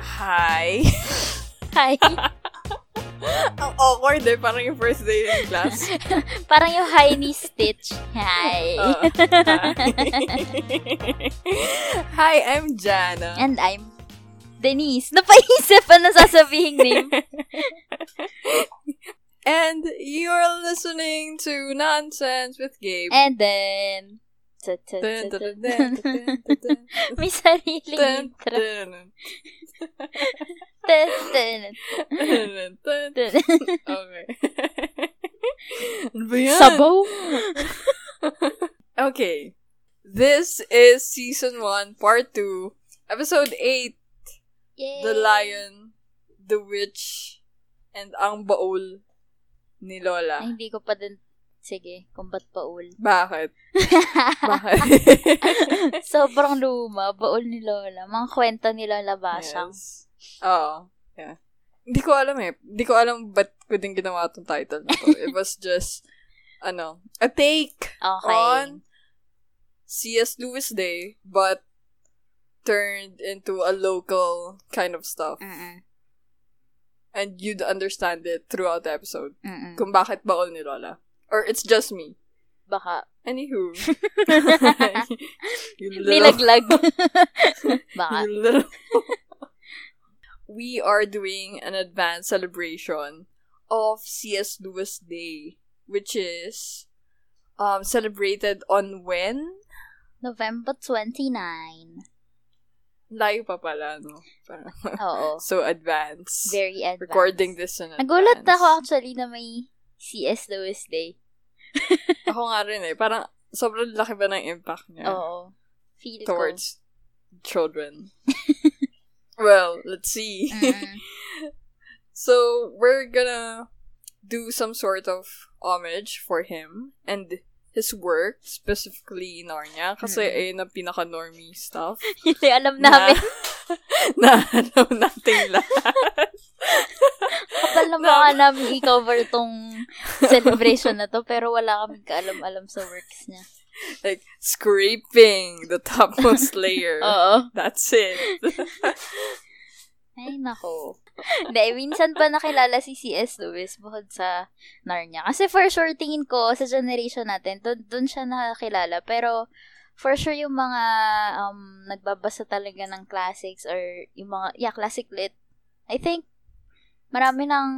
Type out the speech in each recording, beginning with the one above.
hi. Hi. Ang awkward eh, parang yung first day ng class. Parang yung hi ni Stitch. Hi. Oo. hi, I'm Jana. And I'm Denise. Napaisip pa na sasabihin name. And you're listening to Nonsense with Gabe. And then... Tut, tut, Dun, tut, dun, tut. dun, dun, dun, dun, dun, May sariling dun, intro. dun, Tut, tut, dun, dun, dun. tut. Okay. Ano ba yan? Sabaw? Okay. This is season 1, part 2, episode 8, Yay. The Lion, The Witch, and Ang Baul ni Ay, Lola. hindi ko pa din... Sige, kumbat baul. Bakit? Bakit? Sobrang luma, baul ni Lola. Mga kwento ni Lola Basang. Yes. Oo. Yeah. Hindi ko alam eh. Hindi ko alam ba't ko din ginawa itong title na to. It was just, ano, a take Okay. on C.S. Lewis Day, but turned into a local kind of stuff. Mm-mm. And you'd understand it throughout the episode. Mm-mm. Kung bakit baol ni Lola. Or it's just me. Baka. Anywho. you little, Nilaglag. Baka. you little. we are doing an advanced celebration of C.S. Lewis Day, which is um, celebrated on when? November 29. Layo pa pala, no? Parang- Oo. so advanced. Very advanced. Recording this in advance. Nagulat ako actually na may CS Lewis Day. ako nga rin eh. Parang sobrang laki ba ng impact niya? Oo. Feel ko. towards children. well, let's see. Mm-mm. so we're gonna do some sort of homage for him and his work, specifically Narnia, kasi Mm. ayun ang pinaka-normie stuff. Yun yung alam namin. na, alam natin lahat. Kapal na na- mga namin i-cover tong celebration na to, pero wala kaming kaalam-alam sa works niya. like, scraping the topmost layer. Oo. That's it. Ay, nako. Hindi, minsan pa nakilala si C.S. Lewis bukod sa Narnia. Kasi for sure, tingin ko, sa generation natin, dun, dun siya nakakilala. Pero, for sure, yung mga um, nagbabasa talaga ng classics or yung mga, yeah, classic lit, I think, marami ng,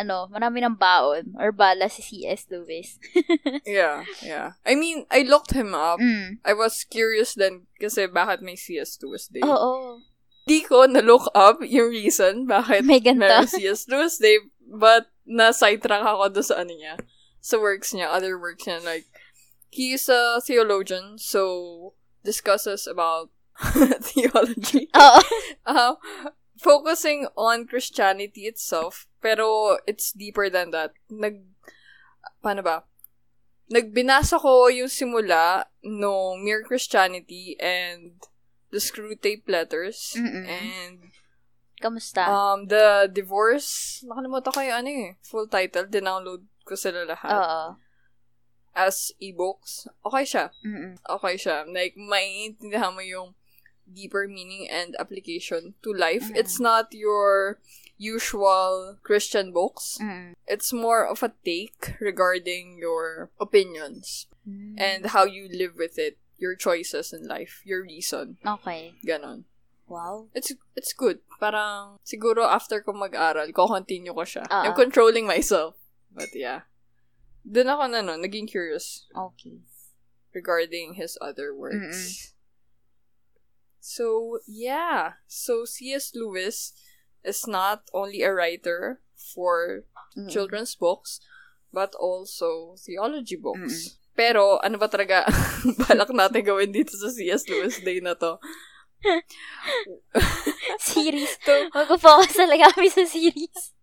ano, marami ng baon or bala si C.S. Lewis. yeah, yeah. I mean, I looked him up. Mm. I was curious then kasi bakit may CS Lewis Day. Oo. Di ko na-look up yung reason bakit May ganito. meron CS Lewis Day, but na-sidetrack ako doon sa ano niya, sa works niya, other works niya. Like, he's a theologian, so discusses about theology. Oo. Uh, focusing on Christianity itself, pero it's deeper than that. Nag, paano ba? Nagbinasa ko yung simula no Mere Christianity and the Screw Tape Letters Mm-mm. and Kamusta? um the Divorce. Nakalimutan ko yung ano eh, full title. Dinownload ko sila lahat Oo. as ebooks. Okay siya Mm-mm. okay siya. Like, maiintindihan mo yung deeper meaning and application to life. Mhm. It's not your usual Christian books. Mm-mm. It's more of a take regarding your opinions and how you live with it, your choices in life, your reason. Okay. Ganon. Wow. It's it's good. Parang siguro after ko mag-aral, ko-continue ko siya. Ah, I'm ah. controlling myself. But yeah. Doon ako na no, naging curious Okay. regarding his other works. So, yeah. So, C.S. Lewis is not only a writer for Mm. children's books, but also theology books. Pero, ano ba talaga ang balak natin gawin dito sa C.S. Lewis Day na to? series. Ito, Mag-focus talaga kami sa series.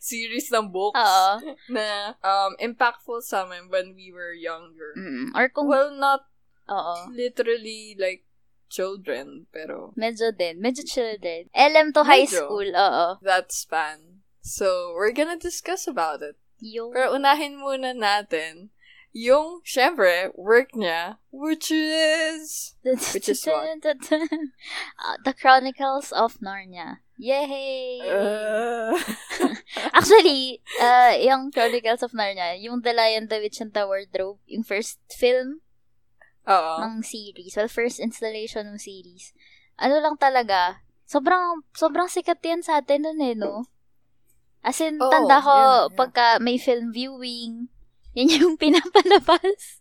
series ng books Oo. na um, impactful sa amin when we were younger. Mm, or kung, Well, not oo. literally like children, pero Medyo din. Medyo children. LM to high Medyo. school. Oo. that span. So, we're gonna discuss about it. Yung, Pero unahin muna natin yung, syempre, work niya, which is... Which is what? Uh, The Chronicles of Narnia. Yay! Uh, Actually, uh, yung Chronicles of Narnia, yung The Lion, the Witch, and the Wardrobe, yung first film oo. ng series, well, first installation ng series, ano lang talaga, sobrang, sobrang sikat yan sa atin nun eh, no? As in, Oo, tanda ko, yeah, yeah. pagka may film viewing, yan yung pinapalabas.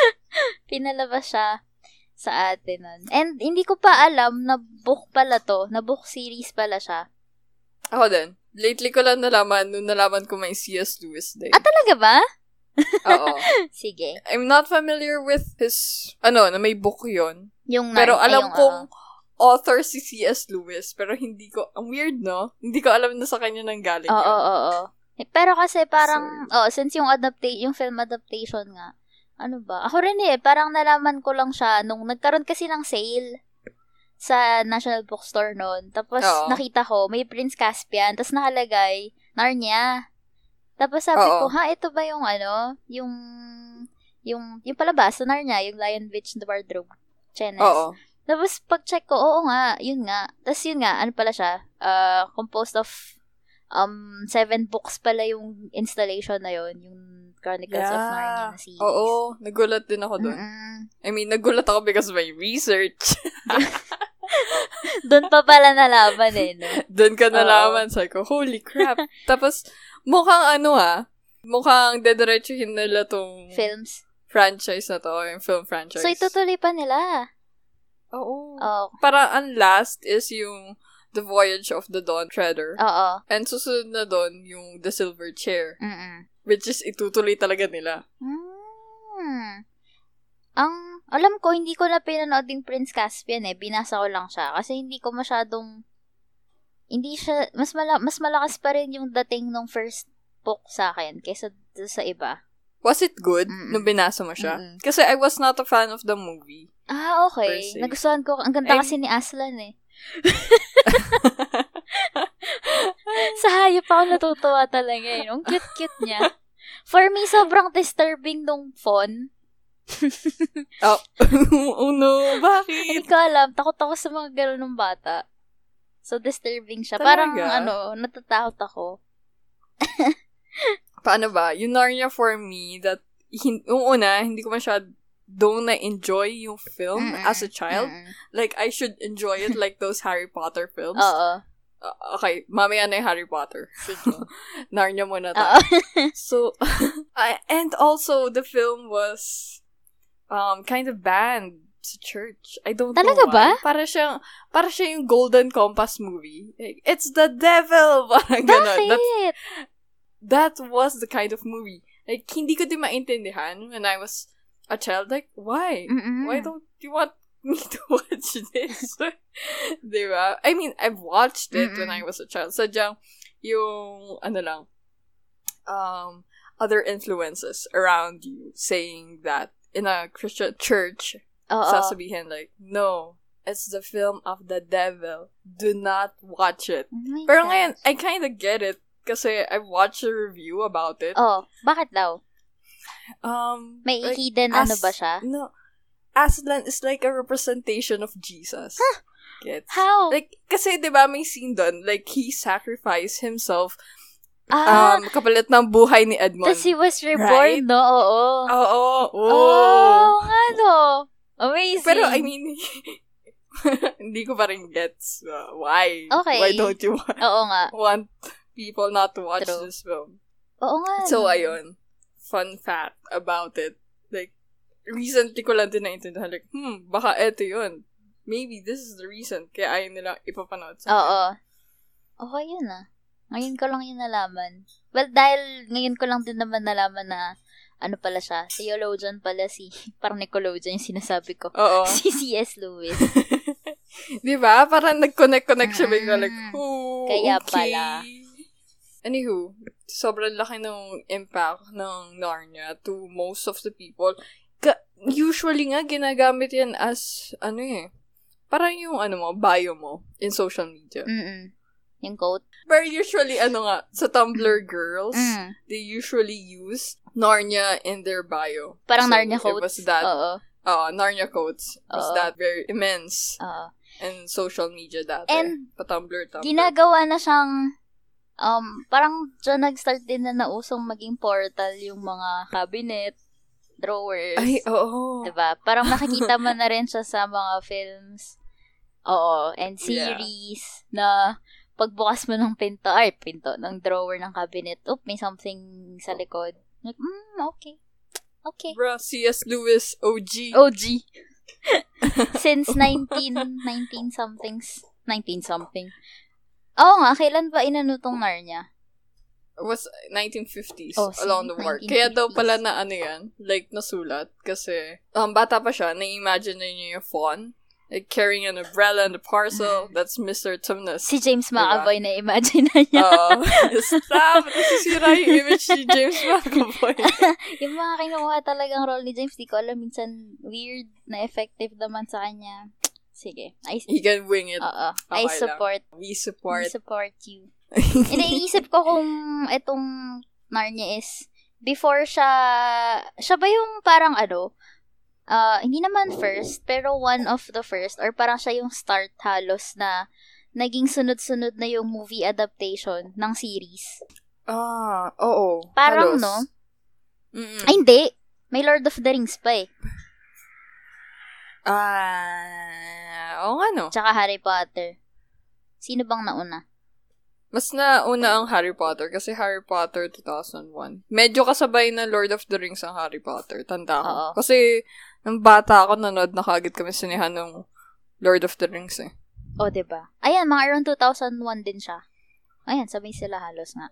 Pinalabas siya sa atin nun. And hindi ko pa alam na book pala to, na book series pala siya. Ako din. Lately ko lang nalaman, nung nalaman ko may C.S. Lewis Day. Ah, talaga ba? Oo. Sige. I'm not familiar with his, ano, na may book yon Yung Pero nar- ay, alam yung, ah, kong oo. author si C.S. Lewis, pero hindi ko, ang weird, no? Hindi ko alam na sa kanya nang galing. yun. Oo, oo, oo. Eh, Pero kasi parang, oh, since yung adapta- yung film adaptation nga, ano ba? Ako rin eh, parang nalaman ko lang siya nung nagkaroon kasi ng sale sa National Bookstore noon. Tapos Oo. nakita ko, may Prince Caspian, tapos nakalagay, Narnia. Tapos sabi Oo. ko, ha, ito ba yung ano, yung, yung, yung palabas sa Narnia, yung Lion, Witch, and the Wardrobe. Chenes. Oo. Tapos, pag-check ko, oo nga, yun nga. Tapos, yun nga, ano pala siya, uh, composed of um seven books pala yung installation na yun, yung Chronicles of Yeah. Narnia na series. Oo. Nagulat din ako doon. Mm-mm. I mean, nagulat ako because of my research. Doon pa pala nalaman eh, no? doon ka Oo. nalaman. Sabi ko, holy crap. Tapos, mukhang ano ha, mukhang dediretsuhin nila tong Films. franchise na to, yung film franchise. So, Oh. itutuloy pa nila. Oo. Oo. Parang ang last is yung The Voyage of the Dawn Treader. Oo. And susunod na doon yung The Silver Chair, Mm-mm. which is itutuloy talaga nila. Mm. Ang, alam ko, hindi ko na pinanood yung Prince Caspian eh. Binasa ko lang siya. Kasi hindi ko masyadong, hindi siya, mas, mala, mas malakas pa rin yung dating nung first book sa akin kaysa d- sa iba. Was it good Mm-mm. nung binasa mo siya? Mm-mm. Kasi I was not a fan of the movie. Ah, Per okay. se. Nagustuhan ko. Ang ganda I'm- kasi ni Aslan eh. sa hayop ako natutuwa talaga eh. Ang cute-cute niya. For me, sobrang disturbing nung phone. Oh, oh no, bakit? Hindi ko alam. Takot ako sa mga gano'n ng bata. So, disturbing siya. Talaga? Parang, ano, natatakot ako. Paano ba? Yung Narnia for me, that, hin- yung una, hindi ko masyadong na-enjoy yung film Mm-mm. as a child. Mm-mm. Like, I should enjoy it like those Harry Potter films. Oo. Uh, okay, mamaya na yung Harry Potter. Sige. Narnia muna tayo. Oo. So, I, and also the film was um kind of banned sa church. I don't Talaga know ba? why. Para siyang, para siya yung Golden Compass movie. Like, It's the devil! Parang ganun. That, Bakit? that was the kind of movie. Like, hindi ko din maintindihan when I was a child. Like, why? Mm-mm. Why don't you want me to watch this? diba? I mean, I've watched it when I Mm-mm. was a child. Sadyang, yung, ano lang, um, other influences around you saying that in a Christian church, Oo. sasabihin like, no, it's the film of the devil. Do not watch it. Oh my Pero gosh. ngayon, I kind of get it kasi I watched a review about it. Oo. Bakit daw? Um, Oh. May like, hidden as- ano ba siya? No. Aslan is like a representation of Jesus. Gets? How? Like, kasi 'di ba may scene doon, like he sacrificed himself ah, um kapalit ng buhay ni Edmond. tapos he was reborn, Right? no? Oo. Oo, oo. Oo, nga no. Amazing. Pero I mean hindi ko pa rin gets uh, why. Okay. Why don't you wa- Oo nga. want people not to watch True. this film? Oo nga. So, no. ayun. Fun fact about it. Like, recently ko lang din naintindihan. Like, hmm, baka eto yun. Maybe this is the reason kaya ayaw nila ipapanood sa Oo. Okay yun ah. Ngayon ko lang yun nalaman. Well, dahil ngayon ko lang din naman nalaman na ano pala siya, theologian pala si, parang Nicologian yung sinasabi ko. Oo. Si C.S. Lewis. Di ba? Parang nag-connect-connect siya bigla. Like, Mm. oh, Kaya okay. pala. Anywho, sobrang laki ng impact ng Narnia to most of the people. Ka- usually nga, ginagamit yan as, ano eh, parang yung, ano mo, bio mo in social media. Mm-mm. Yung goat. Pero usually, ano nga, sa Tumblr girls, Mm. they usually use Narnia in their bio. Parang So, Narnia It was quotes. Oh. that, Oo. uh, Narnia quotes. It was Oo. that very immense Oo. in social media dati. And pa-Tumblr, Tumblr. ginagawa na siyang um parang dyan nag-start din na nausong maging portal yung mga cabinet, drawers. Ay, oo. Diba? Parang makikita mo na rin siya sa mga films. Oo, and Yeah. series na pagbukas mo ng pinto, ay, pinto, ng drawer ng cabinet, oop, may something sa likod. Like, mm, okay. Okay. Bruh, C.S. Lewis, OG. OG. Since 19, 19 somethings. 19 something. Oo nga, kailan ba inano tong Narnia? was 1950s Oh, see, along the war. Kaya 1950s. daw pala na ano yan, like nasulat kasi um, bata pa siya, na-imagine na niya yung fawn. Like carrying an umbrella and a parcel, Mm. that's Mr. Tumnus. Si James Diba? McAvoy na imagine na niya. Uh, stop! Nasisira yung image ni James McAvoy. yung mga kinuha talagang role ni James, di ko alam, minsan weird na effective naman sa kanya. Sige. I, He can wing it. oo, I Okay lang. support. We I support. support you. And iniisip ko kung itong Narnia is, before siya, siya ba yung parang ano, ah, hindi naman first, pero one of the first, or parang siya yung start halos na naging sunod-sunod na yung movie adaptation ng series. ah, oo. Parang, Halos. no? Mm-mm. Ay, hindi. May Lord of the Rings pa eh. Ah, oo nga no. Tsaka Harry Potter. Sino bang nauna? Mas nauna ang Harry Potter kasi Harry Potter 2001. Medyo kasabay na Lord of the Rings ang Harry Potter. Tanda ko. Oo. Kasi nung bata ako, nanood na kagad kami sinihan ng Lord of the Rings eh. O, oh, 'di ba? Ayan, mga around 2001 din siya. Ayan, sabi sila halos nga.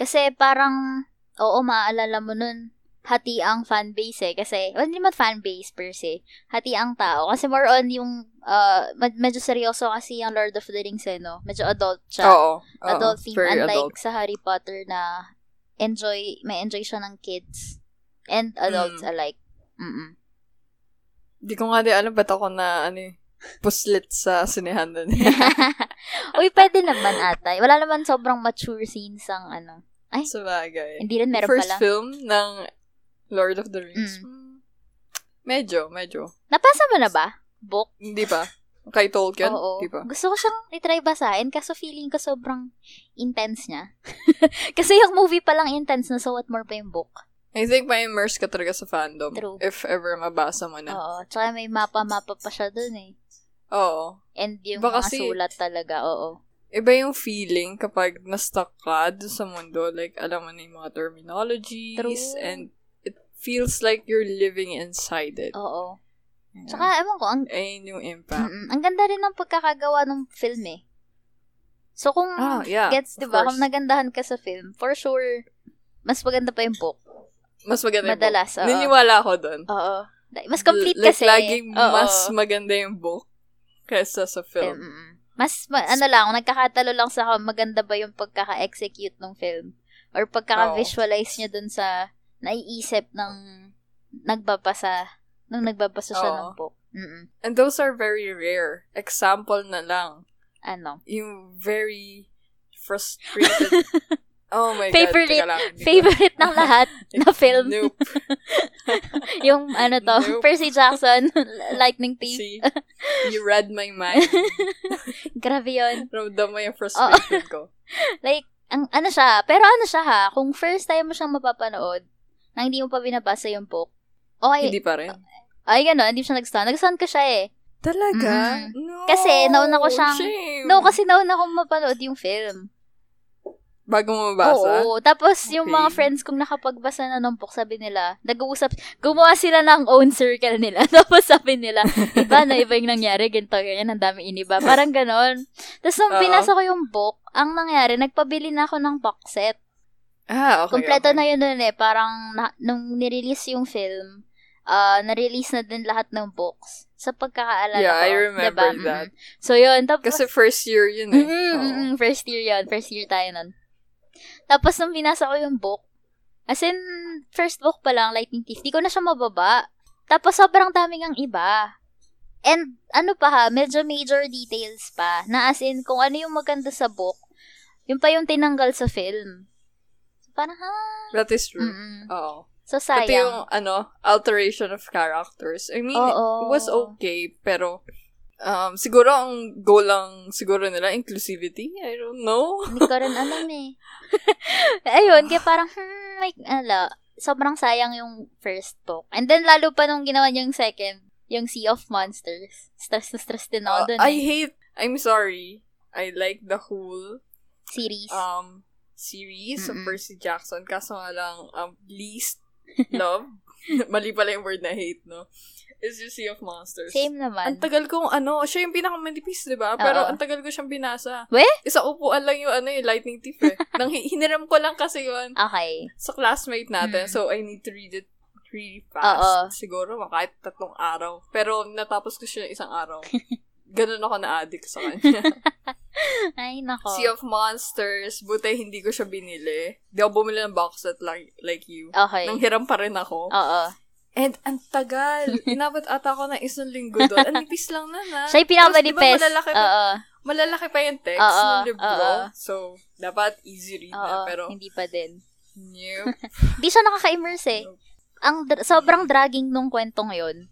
Kasi parang, oo, maaalala mo nun, hati ang fanbase eh. Kasi, well, hindi naman fanbase per se. Hati ang tao. Kasi more on yung, uh, med- medyo seryoso kasi yung Lord of the Rings eh, no? Medyo adult siya. Oo. oo. adult theme. Very Unlike adult. sa Harry Potter na enjoy, may enjoy siya ng kids and adults Mm. alike. Mm-mm. Di ko nga di alam ba't ako na ano eh, puslit sa sinihan na niya. Uy, pwede naman ata. Wala naman sobrang mature scenes ang ano. sa bagay. Hindi rin meron First pala. film ng Lord of the Rings. Mm. Medyo, medyo. Napasa mo na ba? Book? Hindi pa. Kay Tolkien? Oo. Di pa. Gusto ko siyang itry basahin kaso feeling ko sobrang intense niya. Kasi yung movie palang intense na so what more pa yung book. I think ma-immerse ka talaga sa fandom. True. If ever mabasa mo na. Oo. Tsaka may mapa-mapa pa siya dun eh. Oo. And yung Baka mga si- sulat talaga, oo. iba yung feeling kapag na-stuck ka dun sa mundo. Like, alam mo na yung mga terminologies. True. And it feels like you're living inside it. Oo. Yeah. Tsaka, ewan ko, ang, Ayun yung impact. mm, ang ganda rin ng pagkakagawa ng film eh. So kung Ah, yeah. Hmm. gets, of di ba? course. Kung nagandahan ka sa film, for sure, mas maganda pa yung book. mas maganda yung Madalas, book. oo. Niniwala ako dun. Oo. Da- Mas complete Like, kasi. laging Oo. mas maganda yung book kesa sa Eh, film. mm-mm. Mas, ma- ano lang, nagkakatalo lang sa ako, maganda ba yung pagkaka-execute ng film? Or pagkaka-visualize niya dun sa naiisip ng nagbabasa, nung nagbabasa siya Oo. ng book. Mm-mm. And those are very rare. Example na lang. Ano? Yung very frustrated. oh my Favorite- God. teka lang, hindi ko- Favorite ng lahat na film. Nope. yung ano to, Nope. Percy Jackson, Lightning Thief. See? You read my mind. Grabe yun. Ramdam mo yung frustration ko. Like, ang ano siya, pero ano siya ha, kung first time mo siyang mapapanood, na hindi mo pa binabasa yung book, okay, Hindi pa rin. ay gano'n, hindi siya nag-stun. Nag-stun ko siya eh. Talaga? Mm-mm. No. Mm-hmm. Kasi nauna ko siyang- shame. No, kasi nauna kong mapanood yung film. Bago mo mabasa? Oo. Tapos yung Okay. mga friends kong nakapagbasa na ng book, sabi nila, nag-uusap, gumawa sila ng own circle nila. Tapos sabi nila, iba na iba yung nangyari, ganito, ganyan, ang dami iniba. Parang gano'n. Tapos nung Oo. binasa ko yung book, ang nangyari, nagpabili na ako ng box set. Ah, okay. Kompleto okay. na yun nun eh. Parang na, nung nirelease yung film, ah na-release na din lahat ng books. Sa pagkakaalala Yeah, ko. I remember diba? that. Mm. So yun. Tapos, Kasi first year yun eh. Mm-mm, Oo. mm-mm, first year yun. First year tayo nun. Tapos nung binasa ko yung book, as in, first book pa lang, Lightning Thief, di ko na siya mababa. Tapos sobrang daming ang iba. And ano pa ha, medyo major details pa. Na as in, kung ano yung maganda sa book, yun pa yung tinanggal sa film. So, parang ha? That is true. Mm-mm. Oo. So, Pati sayang. yung, ano, alteration of characters. I mean, it Oo. was okay, pero, um, siguro ang goal lang siguro nila, inclusivity? I don't know. Hindi ko rin alam eh. Ayun, kaya parang, hmm, like, ala, sobrang sayang yung first book. And then, lalo pa nung ginawa niya yung second, yung Sea of Monsters. Stress na stress din ako dun. Uh, I eh. hate, I'm sorry, I like the whole, Series. um, series of Mm-mm. Percy Jackson, kaso nga lang, um, least love, mali pala yung word na hate, no? Is you Sea of Monsters. Ang Same naman. tagal kong ano, siya yung pinakamanipis, di ba? Pero Oo. ang tagal ko siyang binasa. We? Isa upuan lang yung ano, yung lightning thief eh. Nang hi- hiniram ko lang kasi yun Okay. sa classmate natin. Hmm. So, I need to read it really Oo. fast. Siguro, mga kahit tatlong araw. Pero, natapos ko siya isang araw. Ganun ako na-addict sa kanya. Ay, nako. Sea of Monsters, buti hindi ko siya binili. Di ako bumili ng box set like, like you. Okay. Nang hiram pa rin ako. Oo. And ang tagal. Inabot ata ako ng isang linggo doon. Ang nipis lang na na. Siya Tapos, yung pinakamanifest. di ba malalaki pa, Oo. malalaki pa yung text Oo, ng libro. oo. So, dapat easy read Oo. na. Pero, Hindi pa din. new. Hindi siya nakaka-immerse eh. Ang dr- sobrang dragging nung kwentong yon.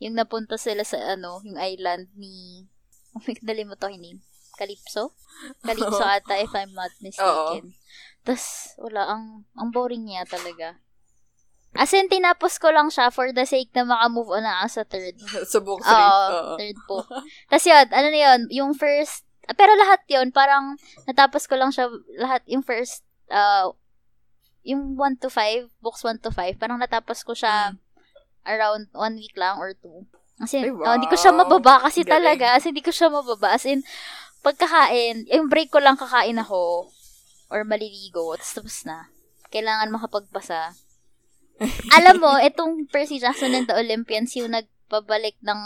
Yung napunta sila sa ano, yung island ni... Oh my God, dali mo to yung name. Calypso? Calypso Oo. ata if I'm not mistaken. Tapos, wala, ang, ang boring niya talaga. As in, tinapos ko lang siya for the sake na makamove on na ako sa third. sa book 3. Oo, third book. Tapos yun, ano na yun, yung first, ah, pero lahat yun, parang natapos ko lang siya, lahat yung first, uh, yung 1 to 5, books 1 to 5, parang natapos ko siya around one week lang or two. Kasi, Hmm. Ay, oh, hindi ko siya wow. mababa kasi Galing. talaga. As in, hindi ko siya mababa. As in, pagkakain, yung break ko lang kakain ako or maliligo, tapos tapos na. Kailangan makapagbasa. Alam mo, itong Percy Jackson and the Olympians, yung nagpabalik ng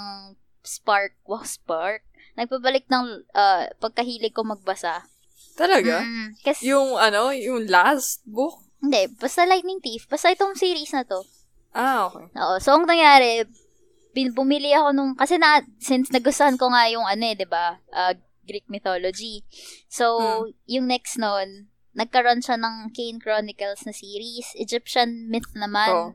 spark, wow, spark? Nagpabalik ng ah, pagkahilig ko magbasa. Talaga? Mm, kasi, Yung ano, yung last book? hindi, basta Lightning Thief, basta itong series na to. Ah, okay. Oo, so ang nangyari, bin- bumili ako nung, kasi na, since nagustuhan ko nga yung ano eh, di ba, ah, Greek mythology. So, yung next nun, nagkaroon siya ng Kane Chronicles na series, Egyptian myth Oo. naman.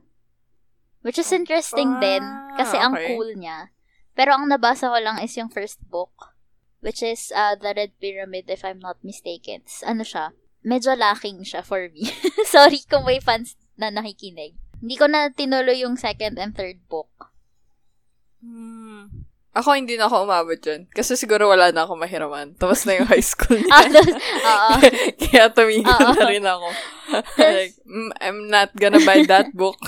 Which is interesting din, kasi Ah, ang okay. cool niya. Pero ang nabasa ko lang is yung first book, which is ah, The Red Pyramid, if I'm not mistaken. S- Ano siya? Medyo lacking siya for me. Sorry kung may fans na nakikinig. Hindi ko na tinuloy yung second and third book. Hmm. Ako hindi na ako umabot dyan. Kasi siguro wala na ako mahiraman. Tapos na yung high school Ah, niya. those- oo. Kaya tumigil Oo. na rin ako. like, mm, I'm not gonna buy that book.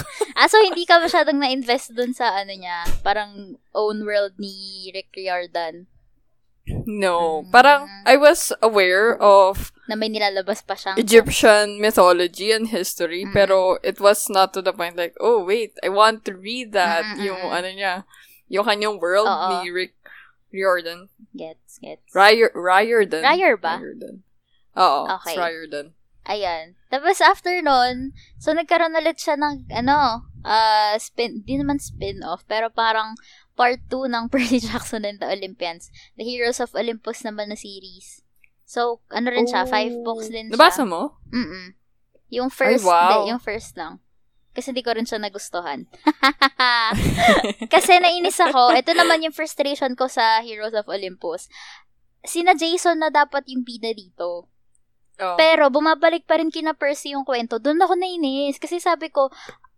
Ah, so hindi ka masyadong na-invest dun sa ano niya, parang own world ni Rick Riordan No. Parang, I was aware of na may nilalabas pa siyang... Egyptian mythology and history, Mm. pero it was not to the point like, oh, wait, I want to read that. Mm, mm, Yung mm. ano niya, yung kanyang world Oo. ni Rick Riordan. Gets, gets. Rior, Riordan. Rior ba? Riordan. Oo, Okay. it's Riordan. Ayan. Tapos after nun, so nagkaroon ulit siya ng, ano, uh, spin, di naman spin-off, pero parang part 2 ng Percy Jackson and the Olympians. The Heroes of Olympus naman na series. So, ano rin siya, five Oh. books din siya. Nabasa mo? Mm-mm. Yung Ay, first, wow. di, yung first lang. Kasi hindi ko rin siya nagustuhan. Kasi nainis ako. Ito naman yung frustration ko sa Heroes of Olympus. Sina Jason na dapat yung bida dito. Oo. Pero bumabalik pa rin kina Percy yung kwento. Doon ako nainis. Kasi sabi ko,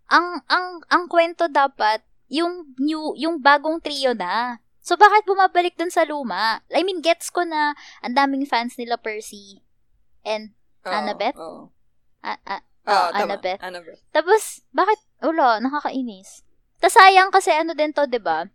ang ang ang kwento dapat yung new yung bagong trio na. So bakit bumabalik dun sa luma? I mean, gets ko na ang daming fans nila Percy and Oo, Annabeth? Oo. ah, ah, Oo, Oo, tama. Annabeth. Annabeth. Tapos, bakit, ulo, nakakainis. Tapos sayang kasi ano din to, 'di ba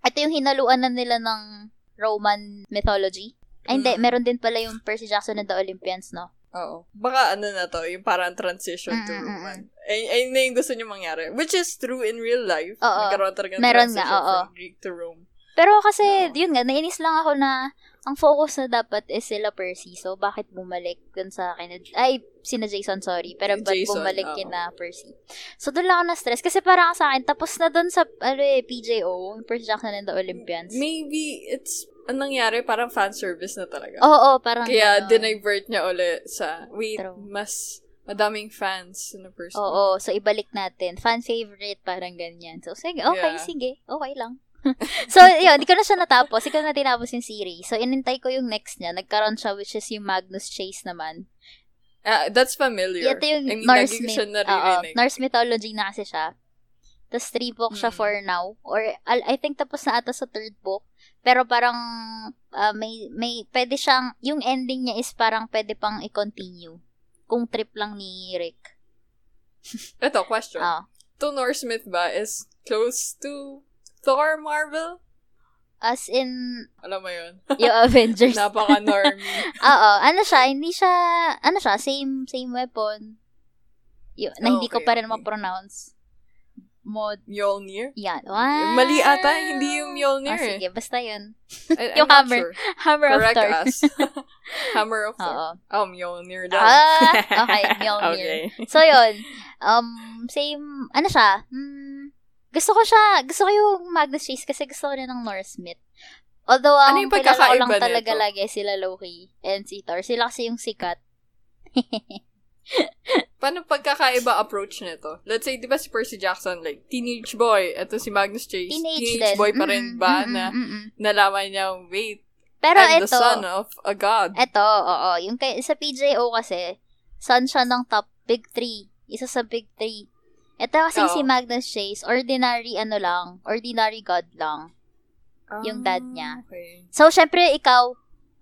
Ito yung hinaluan na nila ng Roman mythology. Ay, hindi, Mm. meron din pala yung Percy Jackson and the Olympians, no? Oo. Baka ano na to, yung parang transition to Mm, mm, mm, Roman. Ay- ayun na yung gusto nyo mangyari. Which is true in real life. Oo. Nagkaroon talaga ng Meron nga, transition oo. from Greek to Rome. Pero kasi, yun nga, nainis lang ako na ang focus na dapat is sila Percy. So, bakit bumalik dun sa akin? Ay, sina Jason, sorry. Pero ba't Jason, bumalik oo. kina Percy? So, dun lang ako na-stress. Kasi parang sa akin, tapos na dun sa, ano eh, PJO, yung Percy Jackson and the Olympians. Maybe it's, ang nangyari, parang fan service na talaga. Oo, oo, parang Kaya ganun. dinivert niya uli sa, wait, True. mas madaming fans na person. Oo, so ibalik natin. Fan favorite, parang ganyan. So, sige, Yeah. okay, sige. Okay lang. so, yun, di ko na siya natapos. Di ko na tinapos yung series. So, inintay ko yung next niya. Nagkaroon siya, which is yung Magnus Chase naman. Ah, that's familiar. Ito yung I mean, Norse, lagi ko myth- siya oo, naririnig. Norse mythology na kasi siya. Tapos three book siya Mm. for now. Or al- I think tapos na ata sa third book. Pero parang ah, may, may, pwede siyang, yung ending niya is parang pwede pang i-continue. Kung trip lang ni Rick. Ito, question. Oo. To Norse myth ba is close to Thor Marvel? As in, Alam mo yun? yung Avengers. Napaka-normie. Oo, ano siya, hindi siya, ano siya, same, same weapon. Yun, na hindi ko Okay, pa rin okay. ma-pronounce. Mod, Mjolnir? yan. Wow. Mali ata, hindi yung Mjolnir Ah, eh. sige, basta yun. I- I'm Yung not hammer. sure. Hammer Correct of Thor. us. hammer of Thor. Oo. Oh, Mjolnir daw. Ah, okay, Mjolnir. So, yun. Um, same, ano siya, hmm, gusto ko siya, gusto ko yung Magnus Chase kasi gusto ko rin ng Norse myth. Although, ang Ano yung kilala ko lang pagkakaiba talaga nito? lagi sila Loki and si Thor. Sila kasi yung sikat. Paano pagkakaiba approach nito? Let's say, di ba si Percy Jackson, like, teenage boy. Ito si Magnus Chase. Teenage, din. boy pa rin Mm-mm, ba mm-mm, na mm-mm. nalaman niya, wait, Pero I'm the ito, son of a god. ito, oo. Yung kay, sa PJO kasi, son siya ng top big three. Isa sa big three. Ito kasi Oo. si Magnus Chase, ordinary ano lang, ordinary god lang. yung dad Ah, niya. Okay. So, syempre, ikaw,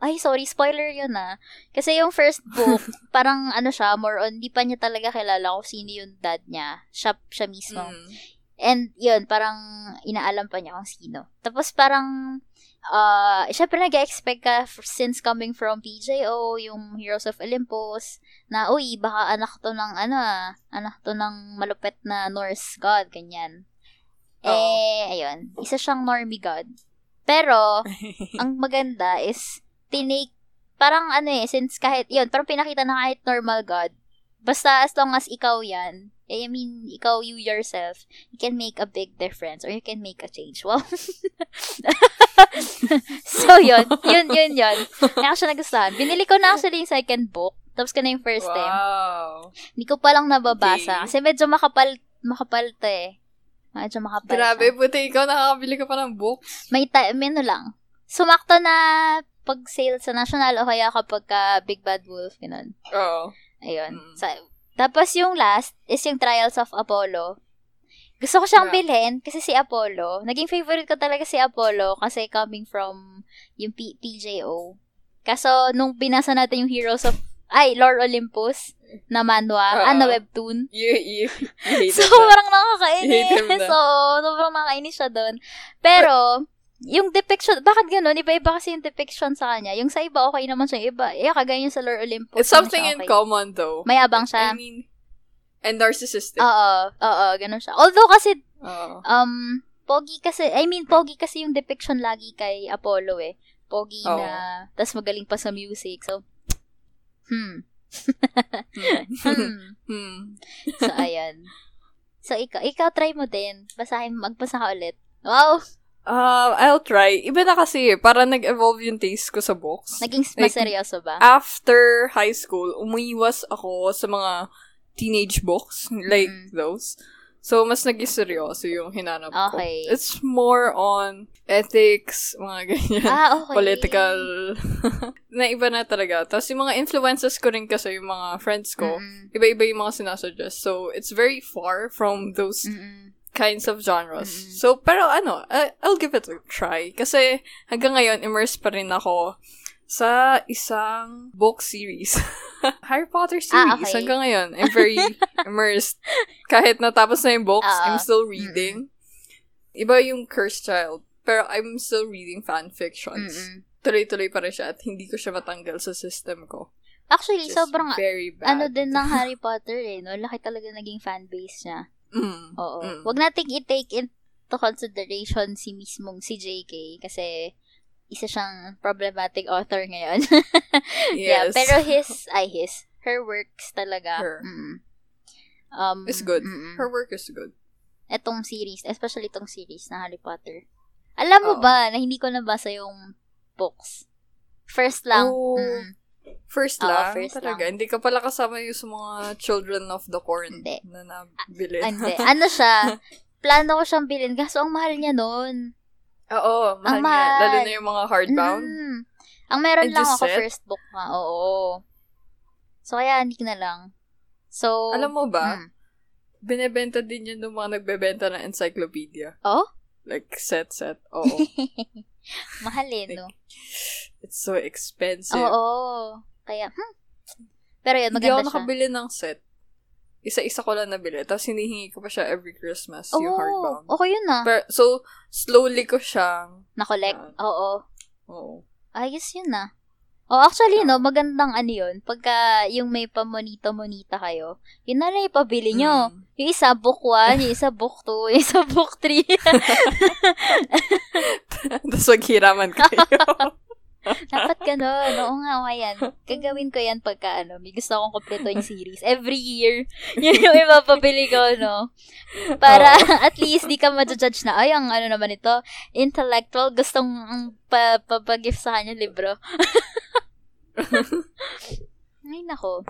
ay, sorry, spoiler yun ah. Kasi yung first book, parang ano siya, more on, di pa niya talaga kilala kung sino yung dad niya. Siya, siya mismo. Mm. And yun, parang inaalam pa niya kung sino. Tapos parang, uh, syempre nag-expect ka f- since coming from PJO, yung Heroes of Olympus, na uy, baka anak to ng ano ah, anak to ng malupet na Norse god, ganyan. Oo. Eh, ayun, isa siyang normie god. Pero, ang maganda is, tinake, parang ano eh, since kahit, yun, parang pinakita na kahit normal God, basta as long as ikaw yan, eh, I mean, ikaw, you yourself, you can make a big difference or you can make a change. Wow. so, yun. Yun, yun, yun. Kaya ko siya nagustuhan. Binili ko na actually yung second book. Tapos ko na yung first time. wow. Hindi ko palang Okay. nababasa. Kasi medyo makapal, makapal to eh. Medyo makapal siya. Grabe, buti ikaw nakakabili ka pa ng book. May ta- may ano lang. Sumakto na pag sale sa national o kaya kapag ka Big Bad Wolf, ganun. Oo. Ayun. Mm. So, tapos yung last is yung Trials of Apollo. Gusto ko siyang Yeah. bilhin kasi si Apollo, naging favorite ko talaga si Apollo kasi coming from yung P- PJO. Kaso, nung binasa natin yung Heroes of, ay, Lord Olympus na manwa, Oo. ano, webtoon. You, you, you hated So, that. parang nakakainis. Hater na. So, sobrang nakakainis siya doon. Pero, yung depiction, bakit ganun? Iba-iba kasi yung depiction sa kanya. Yung sa iba, okay naman siya. Yung Iba, eh, kagaya yung sa Lord Olympus. It's something in naman siya okay. common though. Mayabang siya. I mean, and narcissistic. Oh. Oo, oo, ganun siya. Although kasi, Oo. um, pogi kasi, I mean, pogi kasi yung depiction lagi kay Apollo eh. Pogi Oo. na, tas magaling pa sa music. So, hmm. Hmm. hmm. Hmm. So, ayan. So, ikaw, ikaw try mo din. Basahin, magbasa ka ulit. Wow! Um, I'll try. Iba na kasi, eh, para nag-evolve yung taste ko sa books. Naging mas Like, seryoso ba? Ah, After high school, umiwas ako sa mga teenage books, like Mm. those. So, mas naging seryoso yung hinanap ko. Okay. It's more on ethics, mga ganyan. ah, okay. Political. na iba na talaga. Tapos yung mga influences ko rin kasi, yung mga friends ko, Mm-mm. iba-iba yung mga sinasuggest. So, it's very far from those Mm-mm. kinds of genres. Mm-mm. So, pero ano, I- I'll give it a try. Kasi hanggang ngayon, immersed pa rin ako sa isang book series. Harry Potter series. Ah, okay. Hanggang ngayon, I'm very immersed. Kahit natapos na yung books, Oo. I'm still reading. Iba yung Cursed Child. Pero I'm still reading fan fictions. Mm-mm. Tuloy-tuloy pa rin siya at hindi ko siya matanggal sa system ko. Actually, Which is sobrang very bad. ano din ng Harry Potter eh, no? Laki talaga naging fanbase niya. Mm. Oo. Mm. Wag nating i-take in to consideration si mismong si JK kasi isa siyang problematic author ngayon. yeah, Yes. pero his, ay his, her works talaga. Her. mm. Um, It's good. mm-mm. Her work is good. Etong series, especially itong series na Harry Potter. Alam mo Oo. ba na hindi ko nabasa yung books? First lang. Oh, mm-mm. First Oo, lang, first talaga. Hindi ka pala kasama yung sa mga children of the corn Hindi. na nabili. Ah, Hindi. Ano siya? Plano ko siyang bilhin. Kaso ang mahal niya noon. Oo, mahal Ang niya. mahal. Lalo na yung mga hardbound. Mm. Ang meron And lang you ako said? first book nga. Oo. So, kaya hindi ko na lang. So, Alam mo ba, mm. binebenta din yan ng mga nagbebenta ng encyclopedia. Oh? Like, set-set. Oo. mahal eh, no? It's so expensive. Oo. Kaya, hmm. Pero yun, Hindi ako maganda siya. nakabili ng set. Isa-isa ko lang nabili. Tapos hinihingi ko pa siya every Christmas, Oo. yung hardbound. Okay yun na. Pero, so, slowly ko siyang, Nakollect. Oo. oo. Ayos yun na. Oh, actually, Oo. no, magandang ano yun. Pagka yung may pamonita-monita kayo, yun na lang ipabili nyo. Mm. Yung isa book 1, yung isa book 2, yung isa book 3. Mm. Tapos maghiraman kayo. Dapat ganun. Oo nga, o yan. Gagawin ko yan pagka ano, may gusto akong kompleto yung series. Every year, yun yung ipapabili ko, no? Para at least di ka ma-judge na, ay, ang ano naman ito, intellectual, gustong ang pa papag-gift sa kanya libro. ay, nako.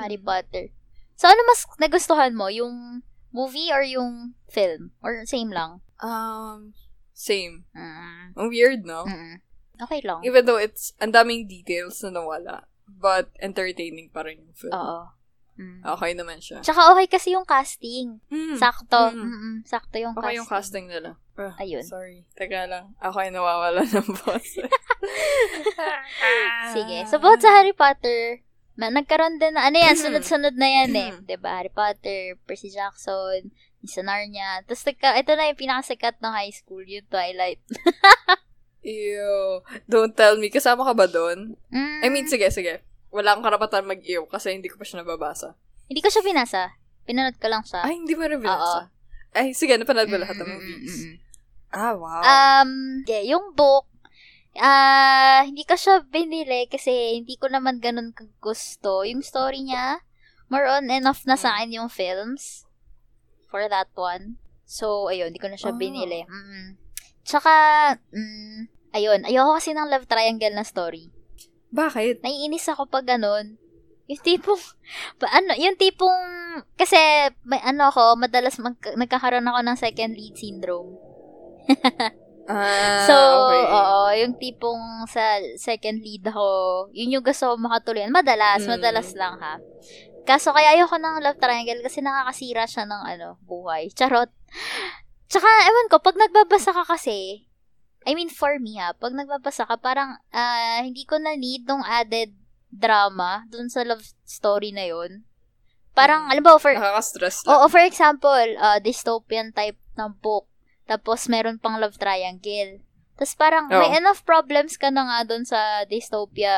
Harry Potter. So, ano mas nagustuhan mo? Yung movie or yung film? Or same lang? um, same. Mm, Ang weird, no? mm. Okay lang. Even though it's, ang daming details na nawala. But, entertaining pa rin yung film. Oo. Mm. Okay naman siya. Tsaka okay kasi yung casting. Mm. Sakto. Mm. Mm-mm. Sakto Okay yung casting. yung casting nila. Ah, Ayun. Sorry. Teka lang. Ako ay nawawala ng boses. Ah. Sige. So, about sa Harry Potter, na, nagkaroon din na, ano yan, Mhm. sunod-sunod na yan eh. Mhm. 'Di ba Harry Potter, Percy Jackson, Miss Narnia. Tapos, nagka, ito na yung pinakasikat ng high school, yung Twilight. Ew. Don't tell me. Kasama ka ba doon? Mm, I mean, sige, sige. Wala akong karapatan mag-ew kasi hindi ko pa siya nababasa. hindi ko siya binasa. Pinanood ko lang siya. Ay, hindi mo na binasa. Ay, sige. Napanood mo lahat ng Mm, mm, movies. mm, mm, mm. Ah, wow. Um, yeah, yung book, ah, hindi ko siya binili kasi hindi ko naman ganun gusto. Yung story niya, more on enough na sa akin yung films for that one. So, ayun, hindi ko na siya Oh. binili. Mm. Tsaka, mm, ayun, ayoko kasi ng love triangle na story. Bakit? Naiinis ako pag ganun. Yung tipong, pa, ano, yung tipong, kasi, may, ano ako, madalas mag, nagkakaroon ako ng second lead syndrome. Ah, So, okay. oo, yung tipong sa second lead ako, yun yung gusto ko makatuloyan. Madalas, Mm. madalas lang ha. Kaso kaya ayoko ng love triangle kasi nakakasira siya ng ano, buhay. Charot. Tsaka, ewan ko, pag nagbabasa ka kasi, I mean, for me ha, pag nagbabasa ka, parang ah, hindi ko na need nung added drama dun sa love story na yun. Parang, Mm. alam mo, for, Nakaka-stress lang. Oo, for example, uh, dystopian type ng book. Tapos, meron pang love triangle. Tapos, parang Oo. may enough problems ka na nga doon sa dystopia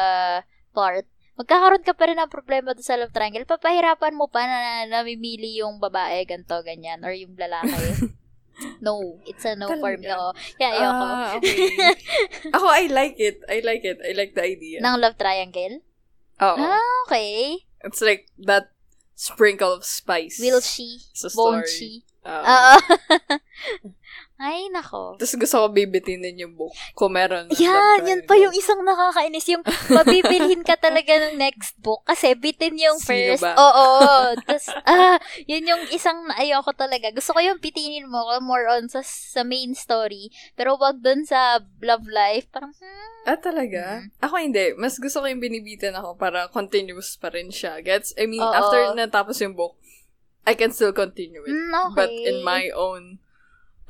part. Magkakaroon ka pa rin ng problema doon sa love triangle. Papahirapan mo pa na namimili yung babae, ganto, ganyan. Or yung lalaki. no. It's a no for me. Talaga? Oo. Kaya ayoko. Ah, okay. Ako, I like it. I like it. I like the idea. Ng love triangle? Oo. Ah, okay. It's like that sprinkle of spice. Will she? Sa story. Ah. Won't she? Oo. Oo. Ay, nako. Tapos gusto ko bibitinin yung book kung meron. ng Yan, love yan triangle. pa yung isang nakakainis. Yung mabibilhin ka talaga ng next book kasi bitin yung Sino first. ba? Oo. Tapos, ah, yun yung isang na- ayoko talaga. Gusto ko yung bitinin mo more on sa, sa main story. Pero wag dun sa love life. Parang, hmm, Ah, talaga? Mm-hmm. Ako hindi. Mas gusto ko yung binibitin ako para continuous pa rin siya. Gets? I mean, Oo. after natapos yung book, I can still continue it. hmm, okay. But in my own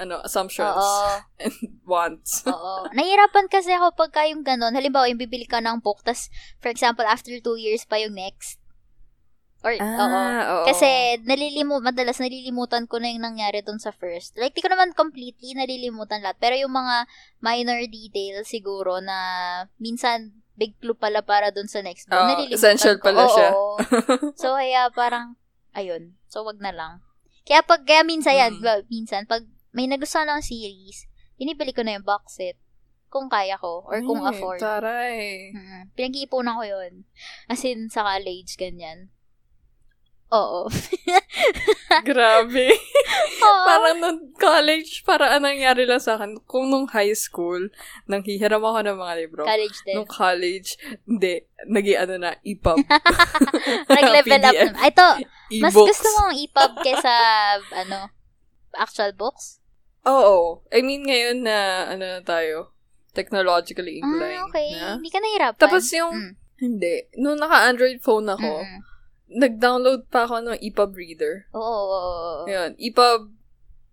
ano assumptions Oo. and wants. Oo. Nahirapan kasi ako pagka yung ganun. Halimbawa, yung bibili ka ng book, tas, for example, after two years pa yung next. Or, oo. Ah, oo. Kasi nalilimu madalas nalilimutan ko na yung nangyari dun sa first. Like, di ko naman completely nalilimutan lahat. Pero yung mga minor details siguro na minsan big clue pala para dun sa next book. Oo, nalilimutan essential ko. pala Oo, siya. oo. so, kaya parang, ayun. So, wag na lang. Kaya pag, kaya minsan yan, Mm. well, minsan, pag may nagustuhan akong series, pinipili ko na yung box set kung kaya ko or kung Ay, afford. Taray. Mm, pinag-iipunan ko yun. As in, sa college, ganyan. Oo. Grabe. Oo. Parang nung college, parang anong nangyari lang sa akin. Kung nung high school, nang hihiram ako ng mga libro. college din. Nung college, hindi. nag ano na, EPUB. Nag-level up. PDF, naman. Ay, Ito, mas e-books. gusto mong EPUB kesa, ano, actual books? Oo. I mean, ngayon na, ano na tayo, technologically inclined Ah, okay. na. Hindi ka nahirapan. Tapos yung, Mm, hindi. Nung naka-Android phone ako, mm-mm. nag-download pa ako ng E EPUB reader. Oo, oo, oo, oo. Ayun, E EPUB,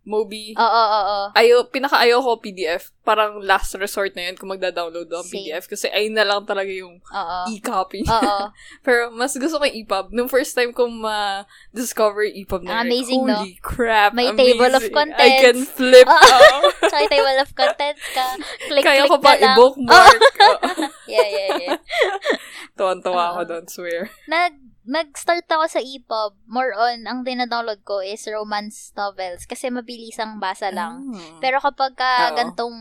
Mobi, Oo, oo, oo. ayo, pinaka-ayaw ko PDF. Parang last resort na yun kung magda-download ako ng Same. Ah. PDF kasi ayun na lang talaga yung Oo. e-copy. Oo. Pero mas gusto ko yung E EPUB. Nung first time kong ma-discover yung E EPUB na yun, Amazing, no? holy crap, May table of amazing. I can contents. flip Oo. out. Tsaka yung table of contents ka. Click, Kaya click ko pa na lang. Oh. i-bookmark. Oo. Yeah, yeah, yeah. Tuwan-tuwa ako Oo. doon, swear. nag nag-start ako sa EPUB, more on, ang dinadownload ko is romance novels kasi mabilis Ah. ang basa lang. Pero kapag ka Mm. Oo. gantong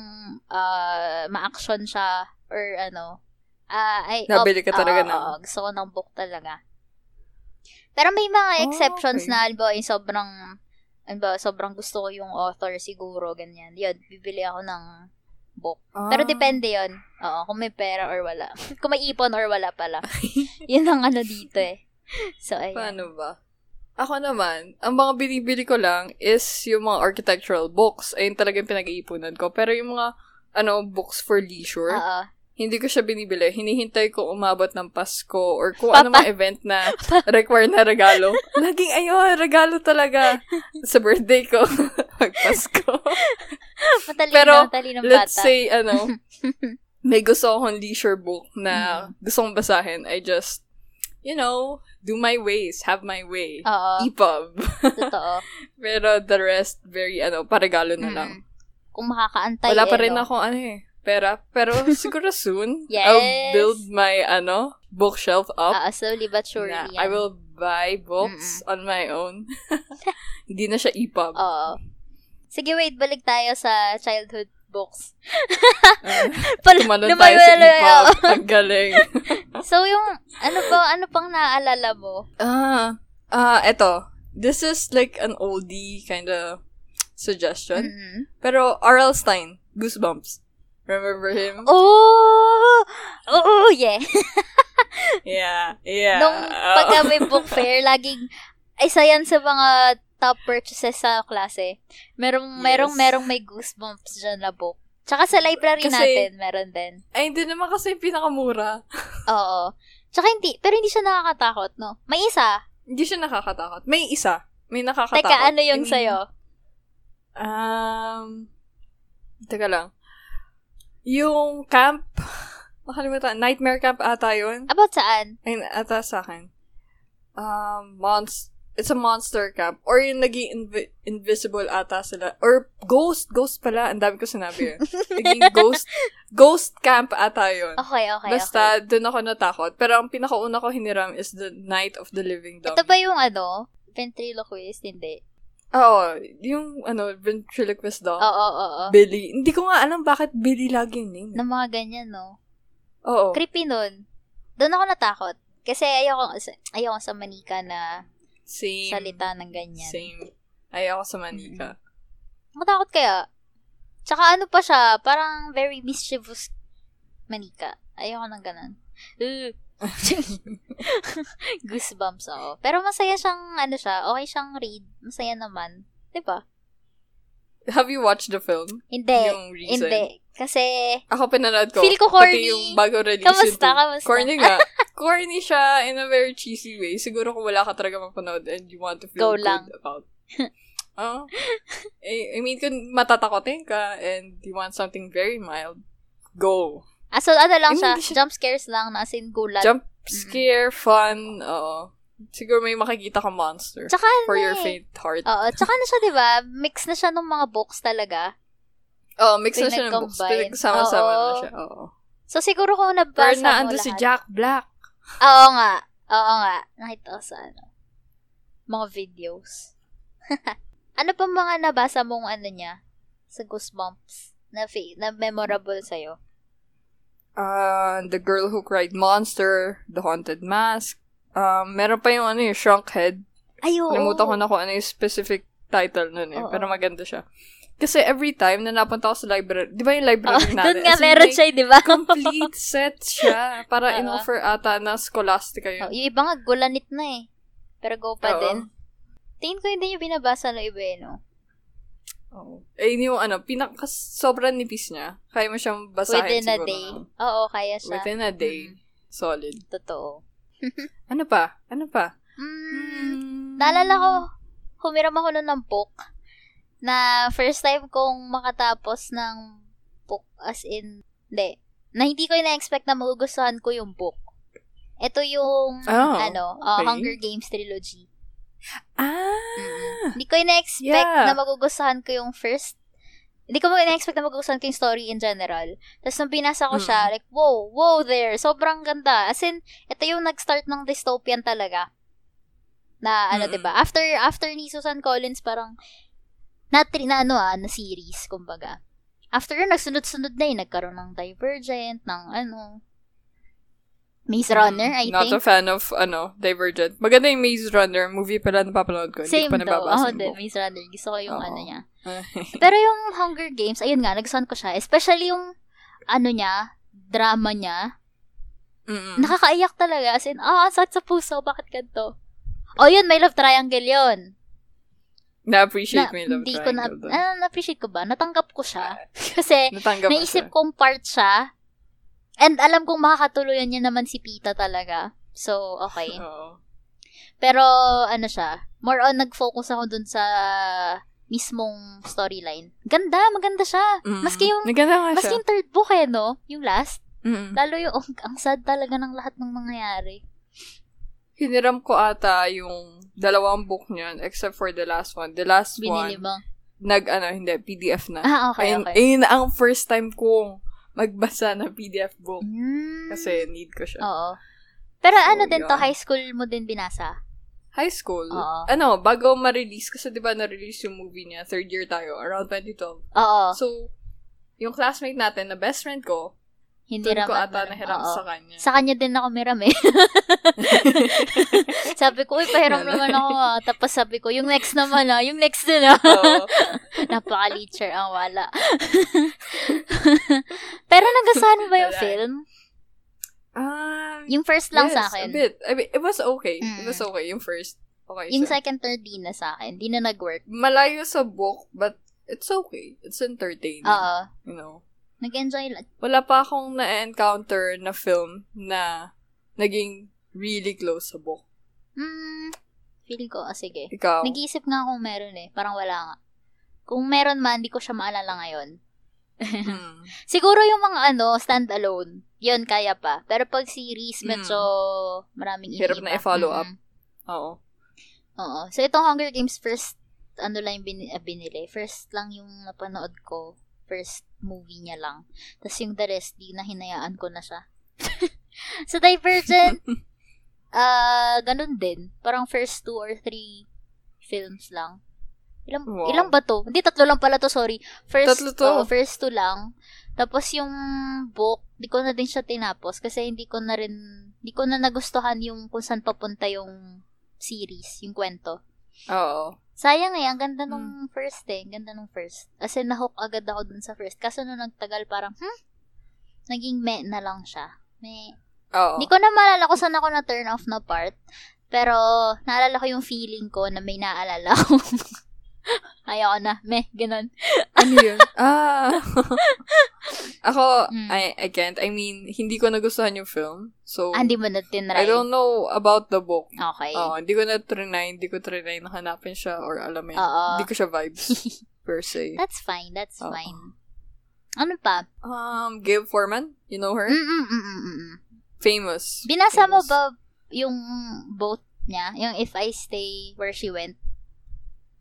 ah, ma-action siya or ano, ah, ay, Nabili ka oo, talaga oo, ng- oo, gusto ko ng book talaga. Pero may mga Oh, exceptions okay. na, alba, yung sobrang, alba, sobrang gusto ko yung author siguro, ganyan. Yun, bibili ako ng book. Pero Ah. depende yon Oo, kung may pera or wala. kung may ipon or wala pala. Yun ang ano dito eh. So, ayun. Paano ba? Ako naman, ang mga binibili ko lang is yung mga architectural books. Ayun talaga yung pinag-iipunan ko. Pero yung mga, ano, books for leisure, Oo. hindi ko siya binibili. Hinihintay ko umabot ng Pasko or kung Papa- ano mga event na require na regalo. Laging, ayun, regalo talaga sa birthday ko. Pag Pasko. Matalino, Pero, matalino ng Let's bata. say, ano, may gusto akong leisure book na Mm. gusto kong basahin. I just, you know, do my ways, have my way. Oo, EPUB. totoo. Pero the rest, very, ano, paregalo na Mm. lang. Kung makakaantay. Wala pa eh, rin no? ako, ano eh, pera. Pero siguro soon, Yes. I'll build my, ano, bookshelf up. Oo, slowly but surely. na Ah, yan. I will buy books on my own. Hindi na siya E EPUB. Oo. Sige, wait. Balik tayo sa childhood books. Ah, Pal- Tumalon lumay- tayo sa E lumay- EPUB. Ang galing. oo. So, yung, ano ba, ano pang naaalala mo? Ah, ah, eto. This is like an oldie kind of suggestion. Mm-mm. Pero R.L. Stein, Goosebumps. Remember him? Oh! Oo, yeah. Yeah, yeah. Oh. Nung Oo. pagka may book fair, laging, isa yan sa mga top purchases sa klase. Merong, Yes. merong, merong may goosebumps dyan na book. Tsaka sa library Kasi- natin, meron din. Ay, hindi naman kasi yung pinakamura. Oo. Tsaka hindi, pero hindi siya nakakatakot, no? May isa. Hindi siya nakakatakot. May isa. May nakakatakot. Mm-hmm. Teka, ano I yung mean, sa'yo? Um, teka lang. Yung camp, nakalimutan, nightmare camp ata yun. About saan? Ayun, ata sa akin. Um, monst it's a monster camp. Or yung naging invi- invisible ata sila. Or ghost. Ghost pala. Ang dami ko sinabi yun. naging ghost. Ghost camp ata yun. Okay, okay, okay. Ah, Basta, dun ako natakot. Pero ang pinakauna ko hiniram is The Night of the Living Dummy. Ito ba yung ano? Ventriloquist? Hindi. Oo. Yung, ano, ventriloquist doll. Oo, oo, oo. Billy. Hindi ko nga alam bakit Billy lagi yung name. Ng mga ganyan, no? Oo. Creepy nun. Doon ako natakot. Kasi ayoko, ayoko sa manika na Same. salita ng ganyan. Same. Ayaw ko sa manika. Matakot kaya. Tsaka ano pa siya, parang very mischievous manika. Ayoko ng ganun. Ugh. Goosebumps ako. Pero masaya siyang, ano siya, okay siyang read. Masaya naman. 'Di ba? Have you watched the film? Hindi. yung reason. Hindi. Kasi, Ako pinanood ko. Feel ko corny. Pati yung bago release. Kamusta? yung two. Kamusta? Corny nga. corny siya in a very cheesy way. Siguro kung wala ka talaga mapanood and you want to feel Go good lang. about Oh. I, I mean, kung matatakotin ka and you want something very mild, go. ah, so ano lang Ay, siya, hindi siya- jump scares lang na as in gulat. Jump scare, fun, oo. Siguro may makikita ka monster. Tsaka ano For your eh. faint heart. Oo, tsaka na siya, 'di ba? Mix na siya ng mga books talaga. Oo, Oh, mix na siya ng books. Pinag-combine. Pinagsama-sama na Oo. siya. Oo. So siguro kung Pero nabasa mo naando lahat. si Jack Black. Oo nga. Oo nga. Nakita ko sa ano. Mga videos. ano pa mga nabasa mong ano niya? sa Goosebumps na, fa- na memorable sa'yo? Uh, the Girl Who Cried Monster, The Haunted Mask. Um, meron pa yung ano yung Shrunk Head. Ay, oo. Nalimutan ko na kung ano yung specific title nun eh. Oo. Pero maganda siya. Kasi every time na napunta ako sa library, di ba yung library Oh, natin? doon nga As in, meron may siya, di ba? Complete set siya. Para Oo. in-offer ata na Scholastica yun. Oh, yung iba nga, gulanit na eh. Pero go pa Oo. din. Tingin ko hindi yung binabasa ng iba eh, no? Oo. Eh, yun yung ano, pinaka sobrang nipis niya. Kaya mo siyang basahin Within a siguro day. ng- Oo, kaya siya. Within a day. Mm. Solid. Totoo. Ano pa? Ano pa? Hmm. Mm, naalala ko, humiram ako nun ng book na first time kong makatapos ng book as in, hindi, na hindi ko na-expect na magugustuhan ko yung book. Ito yung, Oh, ano, uh, okay. Hunger Games Trilogy. Ah! Hindi ko na-expect Yeah. na magugustuhan ko yung first hindi ko na-expect na magugustuhan ko yung story in general. Tapos nung binasa ko siya, like, wow, wow there, sobrang ganda. As in, ito yung nag-start ng dystopian talaga. Na ano, Mm-mm. 'di ba? After after ni Susan Collins parang na, tri- na ano ah, na series kumbaga. After yun, nagsunod-sunod na yun. Nagkaroon ng Divergent, ng ano, Maze Runner, I Not a think. fan of, ano, Divergent. Maganda yung Maze Runner. Movie pala napapanood ko. Hindi Same ko pa daw. nababasa Oh, yung the book. Maze Runner. Gusto ko yung Oo. ano niya. Pero yung Hunger Games, ayun nga, nagustuhan ko siya. Especially yung, ano niya, drama niya. Mm-mm. Nakakaiyak talaga. As in, ah, ang sakit sa puso, bakit ganito? Oh, yun, may love triangle yun. Na-appreciate Na- mo yung love hindi ko na, triangle doon. ah, na-appreciate ko ba? Natanggap ko siya. Kasi, Natanggap mo siya. naisip kong part siya. And alam kong makakatuluyan niya naman si Pita talaga. So, okay. Oo. Pero, ano siya, more on nag-focus ako dun sa mismong storyline. Ganda, maganda siya. Mm. Maski yung, Naganda nga maski siya. Mm. yung third book eh, no? Yung last. Mm-mm. Lalo yung, ang, ang sad talaga ng lahat ng nangyayari. Hiniram ko ata yung dalawang book niyan except for the last one. The last Binili one, mo. nag, ano, hindi, PDF na. Ah, okay, ayun, okay. ayun na ang first time kong magbasa ng PDF book. Mm. Kasi need ko siya. Oo. Pero So, ano din to, yun. high school mo din binasa? High school, Oo. ano, bago ma-release, kasi di ba na-release yung movie niya, third year tayo, around 2012. Oo. So, yung classmate natin na best friend ko, Hindi doon ko ramat ata na- nahiram oo. sa kanya. Sa kanya din ako miram eh. sabi ko, uy, pahiram naman ako ah. Tapos sabi ko, yung next naman ah, yung next din ah. Oo. Napaka-leecher ang wala. Pero nagustuhan mo ba yung Wala. film? Ah, Yung first lang yes, a sa akin. bit. I mean, it was okay. It Mm. was okay, yung first. Okay Yung siya. second, third, di na sa akin. Di na nag-work. Malayo sa book, but it's okay. It's entertaining. Oo. You know? Nag-enjoy lang. Wala pa akong na-encounter na film na naging really close sa book. Hmm, feel ko, ah, sige. Ikaw? Nag-iisip nga kung meron eh. Parang wala nga. Kung meron man, di ko siya maalala ngayon. Mm. Siguro yung mga ano, stand-alone. Yun, kaya pa. Pero pag series, Mm. medyo maraming Hirap na i-follow up. Mm-mm. Oo. Oo. So, itong Hunger Games, first, ano lang yung bin- ah, binili. First lang yung napanood ko. First movie niya lang. Tapos yung the rest, di na hinayaan ko na siya. so, Divergent, ah ganun din. Parang first two or three films lang. Ilang, Wow. ilang ba to? Hindi, tatlo lang pala to, sorry. First, Tatlo to. oo, first two lang. Tapos yung book, di ko na din siya tinapos kasi hindi ko na rin, hindi ko na nagustuhan yung kung saan papunta yung series, yung kwento. Oo. Sayang eh, ang ganda Hmm. nung first eh. Ang ganda nung first. As in, nahook agad ako dun sa first. Kaso nung nagtagal, parang, hmm? Naging me na lang siya. Me. Oo. Hindi ko na maalala kung saan ako na turn off na part. Pero, naalala ko yung feeling ko na may naalala ko. Ayoko na. Me, ganun. ano yun? ah. Ako, Mm. I, I can't. I mean, hindi ko nagustuhan yung film. So, Ah, hindi mo na tinry. I don't Oh, know about the book. Okay. Oo, hindi ko na trinay, hindi ko trinay na hanapin siya or alam mo yun. Oo. Hindi ko siya vibes, per se. Ah, That's fine. That's Oo. fine. Ano pa? Mm, Um, Gail Foreman, you know her? Mm-mm-mm-mm. Famous. Hmm. Binasa mo Famous. ba yung boat niya? Yung If I Stay Where She Went?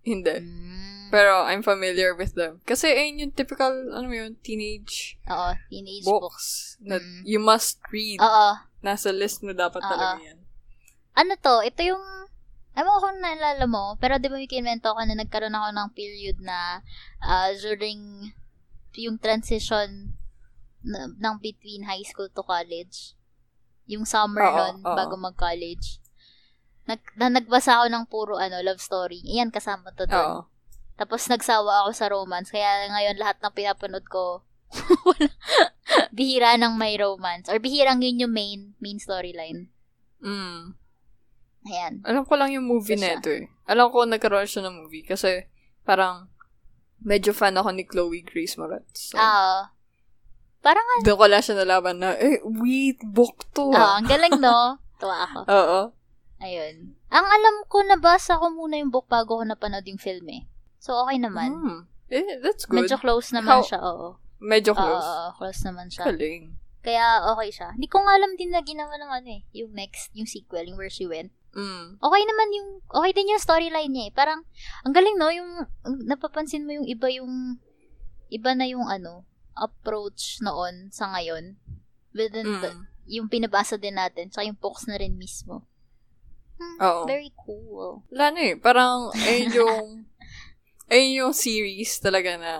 Hindi. Mm. Eh. Pero I'm familiar with them. Kasi ayun yung typical, ano mo yun, teenage Oo, teenage Ah. book. books na Mm. you must read. Oo. Ah, Nasa list mo dapat Oo. talaga yan. Ano to? Ito yung Ewan ko kung naalala mo, pero di ba may kinwento ko na nagkaroon ako ng period na ah, during yung transition na, ng between high school to college. Yung summer Oo, nun, oo. bago mag-college. Nag, na, nagbasa ako ng puro ano, love story. Iyan, kasama to doon. Oo. Tapos nagsawa ako sa romance. Kaya ngayon lahat ng pinapanood ko, wala. bihira ng may romance. Or bihirang yun yung main, main storyline. Mm. Ayan. Alam ko lang yung movie Isa siya. neto eh. Alam ko nagkaroon siya ng movie kasi parang medyo fan ako ni Chloe Grace Moretz. So, Ah. parang ano, doon ko lang siya nalaman na, eh, wait, book to. ah. ah, ang galing no? Tuwa ako. Oo. Ayun. Ang alam ko, nabasa ko muna yung book bago ko napanood yung film eh. So, okay naman. Mm. Eh, that's good. Medyo close How- naman siya, oo. Medyo Oo, close. oo, close naman siya. Kaling. Kaya, okay siya. Hindi ko nga alam din na ginawa ng ano eh, yung next, yung sequel, yung Where She Went. Mm. okay naman yung, okay din yung storyline niya eh. Parang, ang galing no, yung, ang- napapansin mo yung iba yung, iba na yung ano, approach noon sa ngayon. Mm. Within the, yung pinabasa din natin, tsaka yung books na rin mismo. Hmm, Oo. Very cool. Wala na eh. Parang, ayun yung, ayun yung series talaga na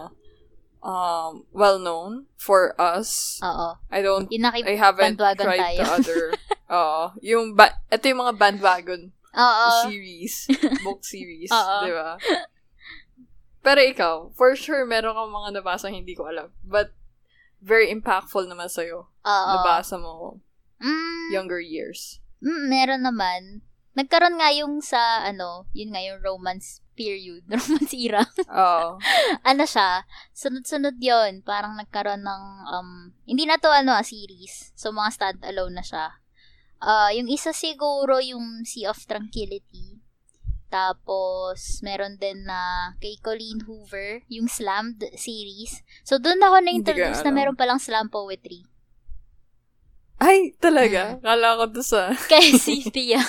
um, well-known for us. Oo. I don't, Yung nakip- I haven't tried Ah. bandwagon tayo. the other. Oo. Yung, ba- ito yung mga bandwagon Oo. series. Book series. Oo. di ba? Pero ikaw, for sure, meron kang mga nabasang hindi ko alam. But, very impactful naman sa'yo. Oo. Nabasa mo Mm, younger years. mm, meron naman. Nagkaroon nga yung sa, ano, yun nga yung romance period, romance era. Oo. ano siya, sunod-sunod yon Parang nagkaroon ng, um, hindi na to, ano, ah, series. So, mga stand-alone na siya. ah yung isa siguro, yung Sea of Tranquility. Tapos, meron din na kay Colleen Hoover, yung Slammed series. So, doon ako na-introduce Hindi ka na alam. meron palang slam poetry. Ay, talaga? Kala ko to sa Kay ah. Cynthia.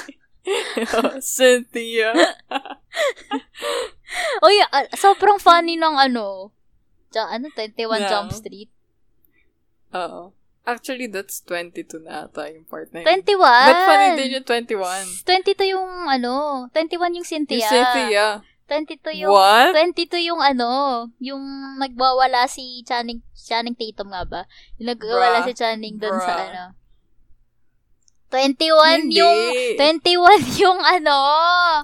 Cynthia. Uy, ah, sobrang funny ng ano, Ja- ano, 21 Yeah. Jump Street. Oo. Actually, that's 22 na ata yung part na yun. 21! But funny din yung 21. 22 yung ano, 21 yung Yung Cynthia. Cynthia. 22 yung What? 22 yung ano, yung nagwawala si Channing Channing Tatum nga ba? Yung nagwawala Bruh. si Channing doon sa Bruh. ano. 21 Hindi. yung 21 yung ano.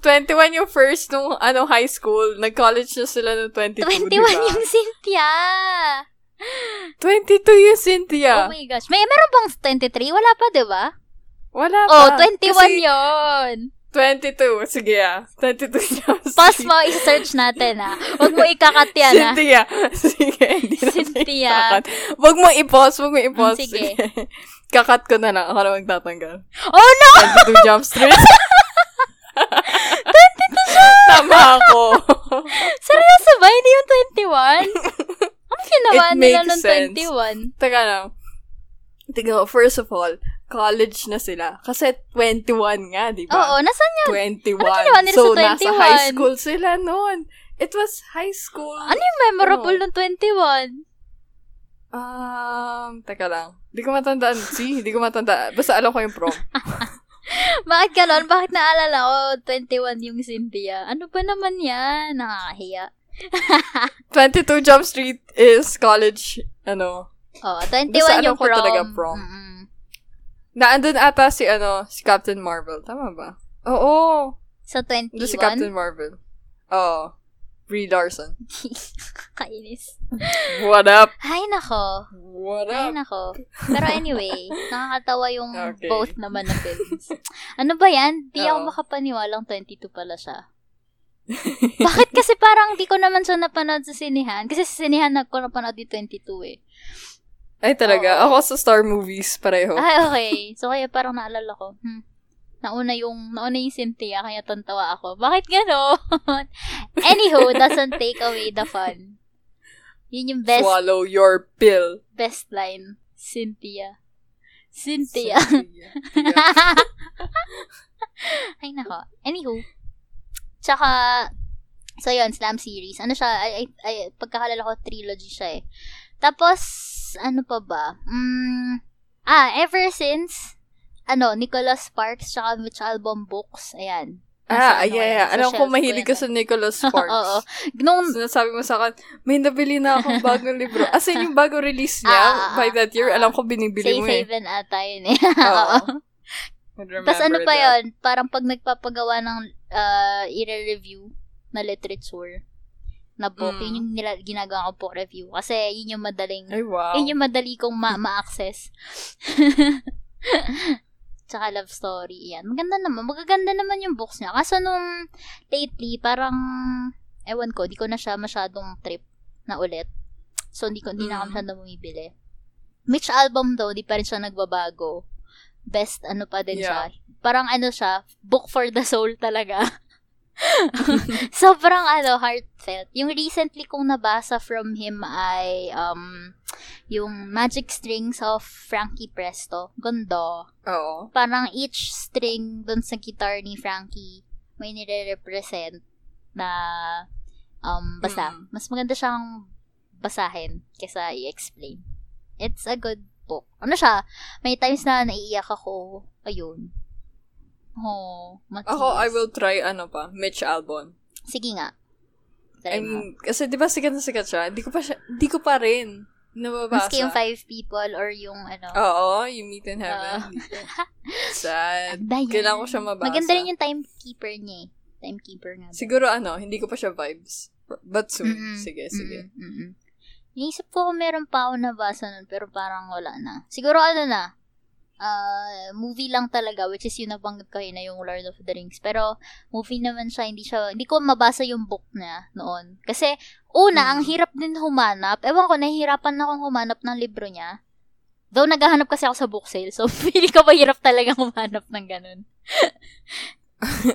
21 yung first nung ano high school. Nag-college na sila nung 22, 21 di ba? yung Cynthia. 22 yung Cynthia. Oh my gosh. May meron bang 23? Wala pa, 'di ba? Wala Oh, pa. 21 Kasi yon. 22. Sige ah. 22 yung Pas mo, i-search natin ah. Huwag mo ikakat yan ah. Cynthia. Sige, hindi na Cynthia. kakat. Huwag mo i-pause, huwag mo i-pause. Mm, sige. Kakat ko na lang. Ako na magtatanggal. Oh no! 22 Jump Street. 22 Tama ako. Seryoso ba? Hindi yung 21? Ano ginawa It nila makes ng sense. 21? Teka lang. Tiga, first of all, college na sila. Kasi 21 nga, di Oo, ba? nasan yun? 21. Ano ginawa nila so, sa nasa high 21? school sila noon. It was high school. Ano yung memorable ng 21? Um, teka lang. Di ko matandaan. See, di ko matandaan. Basta alam ko yung prom. Bakit galon? Bakit naalala ko 21 yung Cynthia? Ano ba naman yan? Nakakahiya. 22 Jump Street is college, ano, Oo, 21 Basta alam yung ko prom. talaga prom. Mm-mm. Naandun ata si, ano, si Captain Marvel. Tama ba? Oo. Sa 21? Doon si Captain Marvel. Oo. Brie Larson. Kainis. What up? Ay, nako. What Ay, up? nako. Pero anyway, nakakatawa yung Okay. both naman na films. Ano ba yan? Di Oo. ako makapaniwalang 22 pala siya. Bakit kasi parang di ko naman siya napanood sa sinihan? Kasi sa sinihan ako napanood yung 22 eh. Ay, talaga. Oo. Ako sa Star Movies, pareho. Ah, okay. So, kaya parang naalala ko, hmm, nauna yung, nauna yung Cynthia, kaya tantawa ako. Bakit gano'n? Anywho, doesn't take away the fun. Yun yung best, Swallow your pill. best line. Cynthia. Cynthia. Cynthia. Ay, nako. Anywho. Tsaka, so yun, Slam series. Ano siya, ay, ay, ay, pagkakalala ko, trilogy siya eh. Tapos, ano pa ba? Mm, ah, ever since, ano, Nicholas Sparks, tsaka Mitch Albom Books, ayan. Ah, Nasa yeah, ano yeah. yan, sa Alam ko shelf mahilig ko ka yan. sa Nicholas Sparks. Oo. Nung, Sinasabi mo sa akin, may nabili na akong bagong libro. As in, yung bagong release niya Ah, ah, ah. by that year, alam ko binibili Say mo eh. Saven ata yun eh. Oo. Oo. I remember Tapos ano pa that. yun? Parang pag nagpapagawa ng uh, i-review na literature na book, Mm. yun yung nila, ginagawa ko book review. Kasi yun yung madaling, Ay, wow. yun yung madali kong ma- ma-access. Tsaka love story, yan. Maganda naman. Magaganda naman yung books niya. Kaso nung lately, parang, ewan ko, di ko na siya masyadong trip na ulit. So, hindi ko, hindi na ako Mm. masyadong bumibili. Mitch album daw, di pa rin siya nagbabago. Best ano pa din Yeah. siya. Parang ano siya, book for the soul talaga. Sobrang ano, heartfelt. Yung recently kong nabasa from him ay um, yung Magic Strings of Frankie Presto. Gondo. Oo. Parang each string dun sa guitar ni Frankie may nire-represent na um, basta. Mm. Mas maganda siyang basahin kesa i-explain. It's a good book. Ano siya? May times na naiiyak ako. Ayun. Oh, matiis. Ako, I will try, ano pa, Mitch Albon. Sige nga. I Try mo. mean, kasi di ba sikat na sikat siya? Di ko pa siya, di ko pa rin nababasa. Maski yung five people or yung ano. Oo, you meet in Oo. heaven. Di ko. Sad. Ganda yan. Kailangan ko siya mabasa. Ano Maganda rin yung timekeeper niya eh. Timekeeper nga. ba? Siguro ano, hindi ko pa siya vibes. But soon. Mm-mm. Sige, Eh, Mm-mm, sige. mm-mm. Iniisip mm, ko kung meron pa ako nabasa nun, pero parang wala na. Siguro ano na, ah, movie lang talaga, which is yung nabanggit ko yun na yung Lord of the Rings. Pero, movie naman siya, hindi siya, hindi ko mabasa yung book niya noon. Kasi, Mm. una, ang hirap din humanap. Ewan ko, nahihirapan na akong humanap ng libro niya. Though, naghahanap kasi ako sa book sale, so, feeling ko mahirap talaga humanap ng ganun.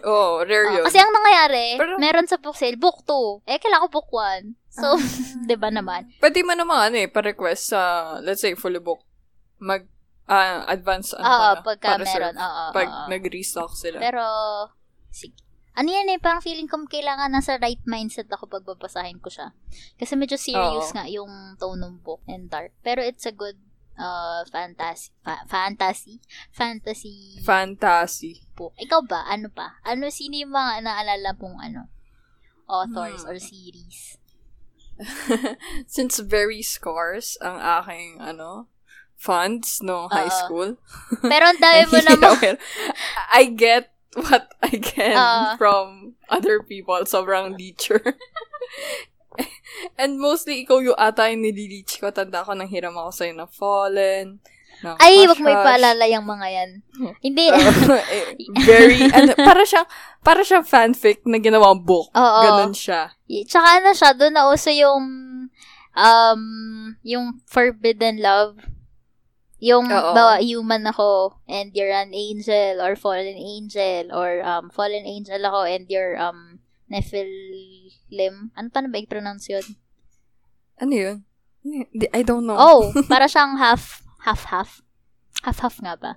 Oo, rare Ah, yun. kasi ang nangyayari, Pero- meron sa book sale, book 2. Eh, kailangan ko book 1. Ah. So, 'di ba naman? Pwede mo naman ano eh, pa-request sa, let's say, fully book. Mag, ah, advance, ano Oo, pala, pagka pa-reserve. meron. Oo, oo, Pag oo. nag-restock sila. Pero, sige. Ano yan eh, parang feeling ko kailangan nasa right mindset ako pag babasahin ko siya. Kasi medyo Oo. serious nga yung tone ng book and dark. Pero it's a good uh, fantasy, fa- fantasy, fantasy Fantasy. book. Ikaw ba? Ano pa? Ano, sino yung mga naalala mong ano, authors Hmm. or series? Since very scarce ang aking, ano, funds no high Oo. school. Pero ang dami mo naman. I get what I can Oo. from other people. Sobrang leecher. And mostly, ikaw yung ata yung nilileach ko. Tanda ko nang hiram ako sa'yo na Fallen. ng Ay, Crush wag mo Rush. ipaalala yung mga yan. Hindi. Uh, eh, very, ano, para siyang, para siyang fanfic na ginawang book. Oo. Ganon siya. Tsaka ano siya, doon na uso yung, um, yung forbidden love. Yung, Oo. bawa, human ako, and you're an angel, or fallen angel, or, um, fallen angel ako, and you're, um, Nephilim. Ano pa na ba i-pronounce yun? Ano yun? Di- I don't know. Oh, para siyang half, half-half. Half-half nga ba?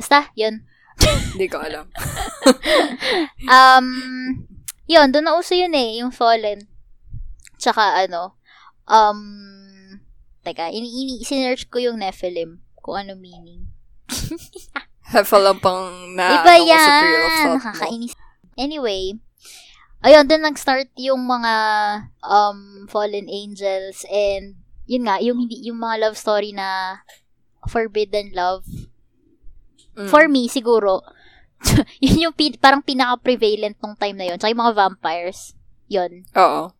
Basta, yun. Hindi ko alam. Um, yun, doon na uso yun eh, yung Fallen. Tsaka ano, um, teka, ini, ini, sinearch ko yung Nephilim, kung ano meaning. Hefa lang pang na, Iba ano ko sa trail of yan! thought mo. Nakakainis. Anyway, ayun, doon nag-start yung mga um, Fallen Angels and yun nga, yung, hindi- yung mga love story na Forbidden Love. Mm. For me, siguro, yun yung pin- parang pinaka-prevalent nung time na yun. Tsaka yung mga vampires. Yun. Oo.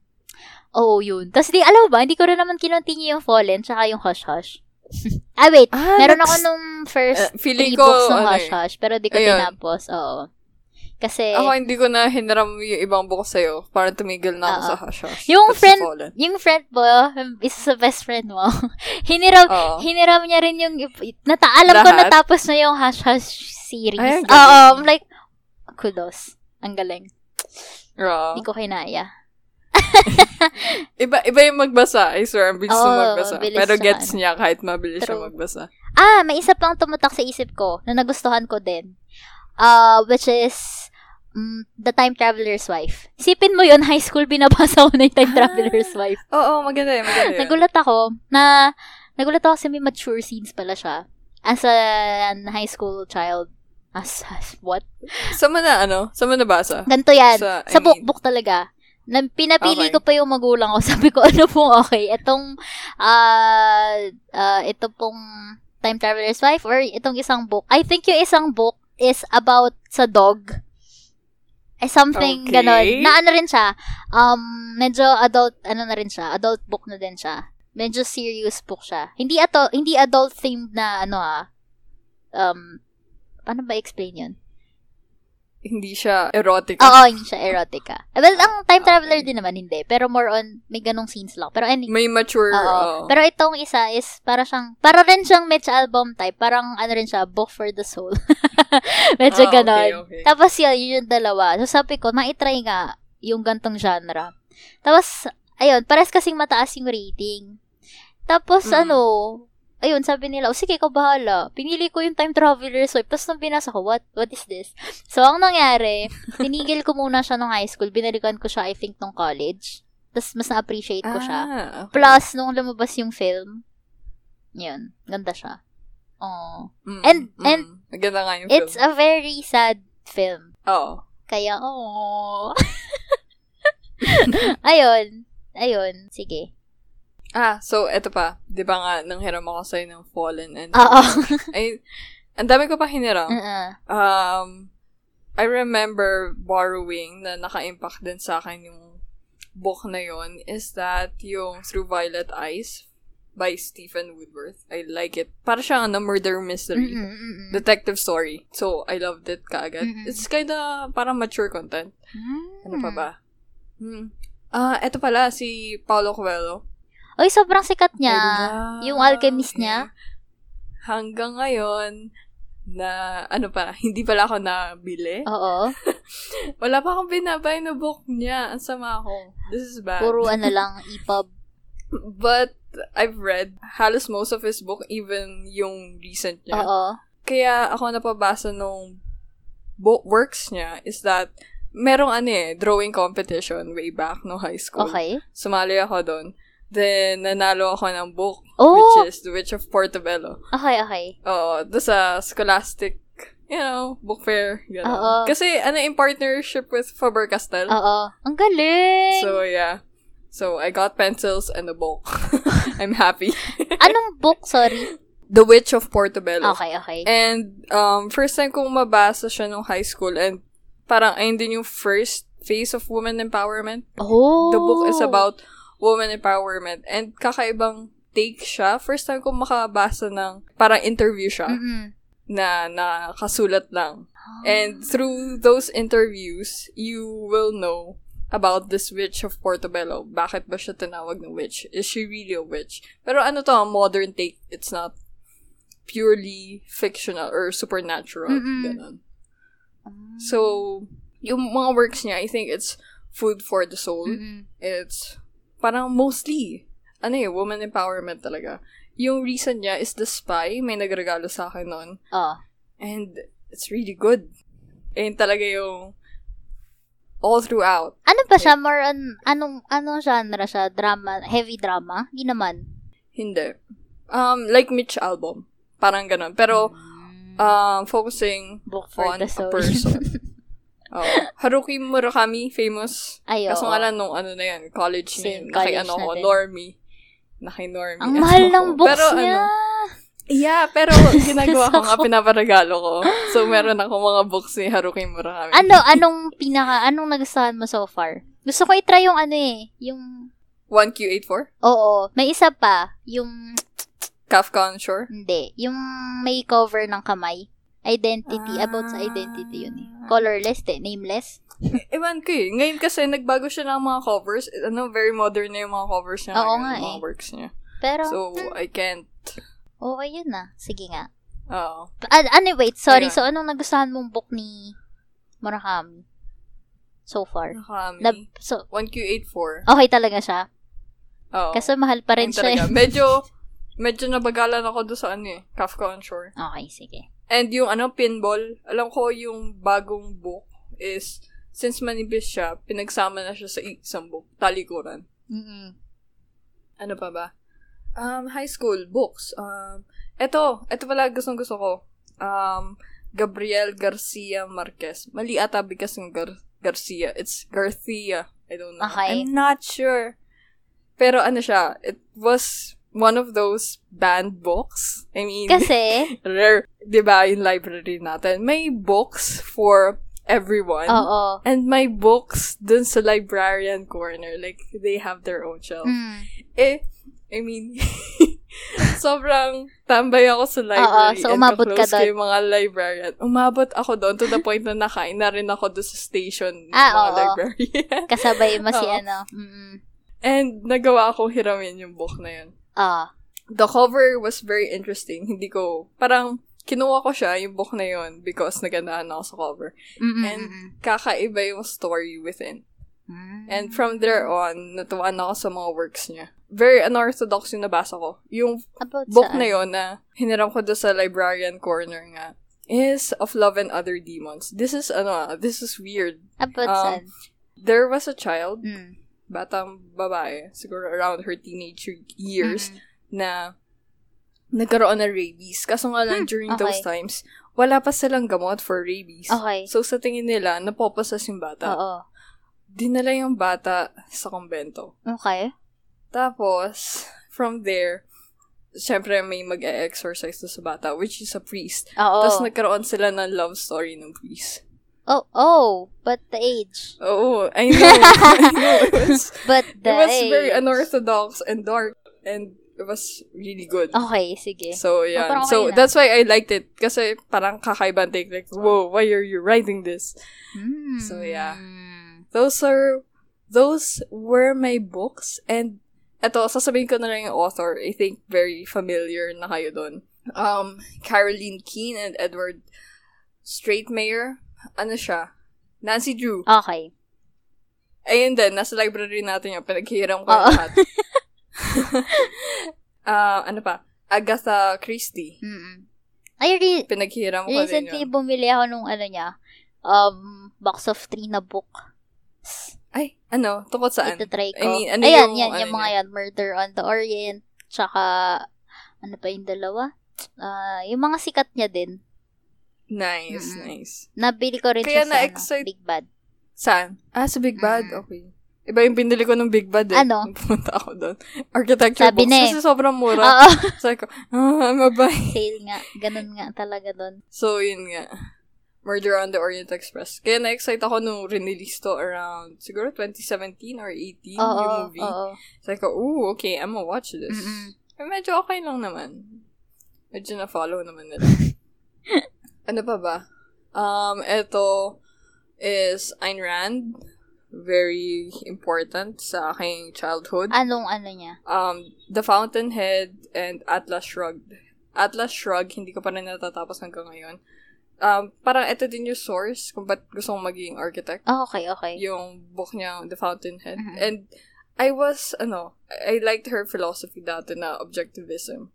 Oo, Oh, yun. Tapos di, alam mo ba, hindi ko rin naman kinontinue yung Fallen tsaka yung Hush Hush. ah, wait. Ah, Meron ako that's- nung first Eh, feeling three ko, books ng ano Hush eh. Hush, pero di ko Ayun. tinapos. Oo. Kasi, Ako hindi ko na hinaram yung ibang buko sa'yo para tumigil na ako Oo. sa Hush Hush. Ah. Yung Tapos sa friend- Fallen. yung friend mo, yung isa sa best friend mo, hiniram, Oo. hiniram niya rin yung, nata, alam ko Lahat? natapos na yung Hush Hush series. Ay, ang Oo, galing. I'm like, kudos. Ang galing. Oo. Hindi ko kinaya. Iba, iba yung magbasa. I swear, ang bilis Oo, na magbasa. mabilis Pero siya, gets ano. niya kahit mabilis siya True. magbasa. Ah, may isa pang tumutak sa isip ko na nagustuhan ko din. Uh, which is mm, The Time Traveler's Wife. Isipin mo yun, high school binabasa ko na yung Time Ah. Traveler's Wife. Oo, oh, maganda yun, maganda yun. Nagulat ako na, nagulat ako kasi may mature scenes pala siya. As a high school child. Asas, what? Saan mo na, ano? Saan mo nabasa? Ganito yan. Sa- I Sa, mean- bookbook talaga. Na, pinapili Okay. ko pa yung magulang ko. Sabi ko, ano pong okay? Itong, ah, ah, ito pong Time Traveler's Wife or itong isang book. I think yung isang book is about sa dog. Eh, something Okay. ganon. Na ano rin siya. Um, medyo adult, ano na rin siya. Adult book na din siya. Medyo serious book siya. Hindi ato, hindi adult themed na ano ah. Um, paano ba explain yun? Hindi siya erotic. Oo, hindi siya erotica. Eh, Well, ang time Okay. traveler din naman hindi. Pero more on, may ganong scenes lang. Pero any, May mature, oo. oo. Pero itong isa is para siyang, para rin siyang Mitch album type. Parang ano rin siya, book for the soul. Medyo Ah, okay, ganon. okay. Tapos yun, yun yung dalawa. So sabi ko, maitry nga yung gantong genre. Tapos, ayun, pares kasing mataas yung rating. Tapos Mm. ano, ayun, sabi nila, oh, sige, ikaw bahala. Pinili ko yung time traveler's wife. Tapos nung binasa ko, what, what is this? So, ang nangyari, tinigil ko muna siya nung high school. Binalikan ko siya, I think, nung college. Tapos mas na-appreciate ko siya. Ah, okay. Plus, nung lumabas yung film, yun, ganda siya. Oh. Mm, and- mm. and- Maganda nga yung It's film. a very sad film. Oo. Kaya, oh. ayun. Ayun. Sige. Ah, so, eto pa. Di ba nga, nanghiram ako sa'yo ng Fallen and... Oo. Ay, ang dami ko pa hiniram. Uh-uh. Um, I remember borrowing na naka-impact din sa akin yung book na yon is that yung Through Violet Eyes by Stephen Woodworth. I like it. Para siyang ano, murder mystery. Mm-mm, mm-mm. Detective story. So, I loved it kaagad. Mm-mm. It's kinda parang mature content. Mm. Ano pa ba? Hmm. Ah, eto pala, si Paulo Coelho. Oy, sobrang sikat niya. Ayun na. Yung alchemist niya? Hanggang ngayon, na ano pa, hindi pala ako Oh. nabili. Oo. Wala pa akong binabay na book niya. Ang sama ko. This is bad. Puro ano lang, EPUB. But I've read halos most of his book, even yung recent niya. Oo. Kaya ako napabasa nung book works niya is that merong ano eh, drawing competition way back no high school. Okay. Sumali ako doon. Then, nanalo ako ng book, Oh! which is The Witch of Portobello. Okay, okay. Oo, doon sa Scholastic, you know, book fair. Ganun. Oo. Kasi, ano, in partnership with Faber-Castell. Oo. Ang galing! So, eh. yeah. So, I got pencils and a book. I'm happy. Anong book? Sorry. The Witch of Portobello. Okay, Eh, okay. And, um, first time kong mabasa siya nung high school and parang ayun din yung first phase of women empowerment. Oh! The book is about women empowerment and kakaibang take siya. First time kong makabasa ng parang interview siya Mm-mm. na nakasulat lang. Ah. And through those interviews, you will know about this witch of Portobello. Bakit ba siya tinawag na witch? Is she really a witch? Pero ano to, modern take, it's not purely fictional or supernatural. Mm-mm. Ganun. So, yung mga works niya, I think it's food for the soul. Mm-mm. It's parang mostly, ano eh, woman empowerment talaga. Yung recent niya is The Spy. May nagregalo sa akin noon. Oh. And it's really good. Ayun talaga yung all throughout. Ano pa siya? More on, anong, anong genre siya? Drama? Heavy drama? Hindi naman. Hindi. Um, like Mitch album. Parang ganun. Pero, um, focusing book for on a the soul. person. oh. Haruki Murakami, famous. Ayo. Kaso nga lang nung ano na yan, college na yun. Naki Same, college ano na ko, din. normie. Naki normie. Ang mahal ako. ng books Pero niya. Ano, yeah, pero ginagawa ko nga, pinaparagalo ko. So, meron ako mga books ni Haruki Murakami. Ano, anong pinaka, anong nagustuhan mo so far? Gusto ko i-try yung ano eh, yung, 1Q84? oo, may isa pa, yung, Kafka on Shore? hindi, yung may cover ng kamay. Identity, about sa identity yun eh. Ah. Colorless, eh, nameless. Ewan ko eh. Ngayon kasi, nagbago siya ng mga covers. Ano, very modern na yung mga covers niya. Oo ngayon, nga mga eh. works niya. Pero, So, I can't. uh, oo, ayun na. Sige nga. Oo. Ah, ano, wait, sorry. Ayun. So, anong nagustuhan mong book ni Murakami? So far. Nakami. Na, so, 1Q84. okay talaga siya. Oo. Kasi mahal pa rin Yun talaga. siya. eh. Medyo, medyo nabagalan ako doon sa ano eh. Kafka on Shore. Okay, sige. And yung ano, pinball. Alam ko yung bagong book is, since manibis siya, pinagsama na siya sa isang book. Talikuran. Mm-mm. ano pa ba? Um, high school, books. Um, eto, eto pala gustong gusto ko. Um, Gabriel Garcia Marquez. Mali ata because ng Gar- Garcia. It's Garcia. I don't know. Okay. I'm not sure. Pero ano siya, it was one of those banned books. I mean, Kasi, rare. Diba, yung library natin. May books for everyone. oo. And my books dun sa librarian corner. Like, they have their own shelf. Mm. Eh, I mean, sobrang tambay ako sa Oo, library. so umabot and ka ka-close ko yung mga librarian. Umabot ako doon to the point na nakain na rin ako doon sa station ng Ah, mga oo. librarian. Kasabay mo si Oo. ano. Mm. And nagawa akong hiramin yung book na yun. Ah. The cover was very interesting. Hindi ko, parang, kinuha ko siya, yung book na yun, because nagandahan ako sa cover. Mm-mm. And kakaiba yung story within. mm. And from there on, natuwa na ako sa mga works niya. Very unorthodox yung nabasa ko. Yung About book saan? na yon na hiniram ko doon sa librarian corner nga is Of Love and Other Demons. This is, ano ah, this is weird. About Um, saan? There was a child, Mm. batang babae, siguro around her teenage years, Mm-hmm. na nagkaroon ng rabies. Kaso nga lang, Hmm, during okay. those times, wala pa silang gamot for rabies. Okay. So, sa tingin nila, napopasas yung bata. Oo. Dinala yung bata sa kumbento. Okay. Tapos, from there, syempre may mag-exorcise sa bata, which is a priest. Oo. Tapos nagkaroon sila ng love story ng priest. oh, oh, but the age. Oo, I know. I know. It was, But the it was age. very ano- unorthodox and dark. And it was really good. Okay, sige. So, Oh, yeah. parang so, okay na. that's why I liked it. Kasi parang kakaibang take. Like, whoa, why are you writing this? Mm. So, yeah. Those are, those were my books. And, eto, sasabihin ko na lang yung author. I think very familiar na kayo dun. Um, Caroline Keene and Edward Straightmayer. Ano siya? Nancy Drew. Okay. Ayun din, nasa library natin yun. Pinaghiram ko Oo. yung lahat. Ah, ano pa? Agatha Christie. Mm-mm. Ay, re- Pinaghiram ko din Recently, yun. bumili ako nung ano niya, um, box of three na book. Ay, ano? Tungkol saan? Ito try I ko. mean, ano Ayan, yung yan, ano yung mga yan. Murder on the Orient, tsaka, ano pa yung dalawa? Ah, yung mga sikat niya din. Nice, Mm-mm. nice. Nabili ko rin Kaya siya sa na-excite- ano, Big Bad. Saan? Ah, sa Big Bad? Mm. Okay. Iba yung binili ko ng Big Bad eh. Ano? Pumunta ako doon. Architecture Sabi books. na eh. Kasi sobrang mura. Oo, Sabi ko, ah, mabay. sale nga. Ganun nga talaga doon. So, yun nga. Murder on the Orient Express. Kaya na-excite ako nung release to around, siguro 2017 or 18 yung Oo, movie. oo. Sabi ko, ooh, okay, I'm gonna watch this. Mm-mm. Eh, medyo okay lang naman. Medyo na-follow naman nila. ano pa ba? Um, ito is Ayn Rand. Very important sa aking childhood. Anong ano niya? Um, The Fountainhead and Atlas Shrugged. Atlas Shrugged, hindi ko pa rin natatapos hanggang ngayon. Um, parang ito din yung source kung ba't gusto kong maging architect Oh, okay, okay. yung book niya, The Fountainhead. Mhm. And I was, ano, I I liked her philosophy dati na objectivism.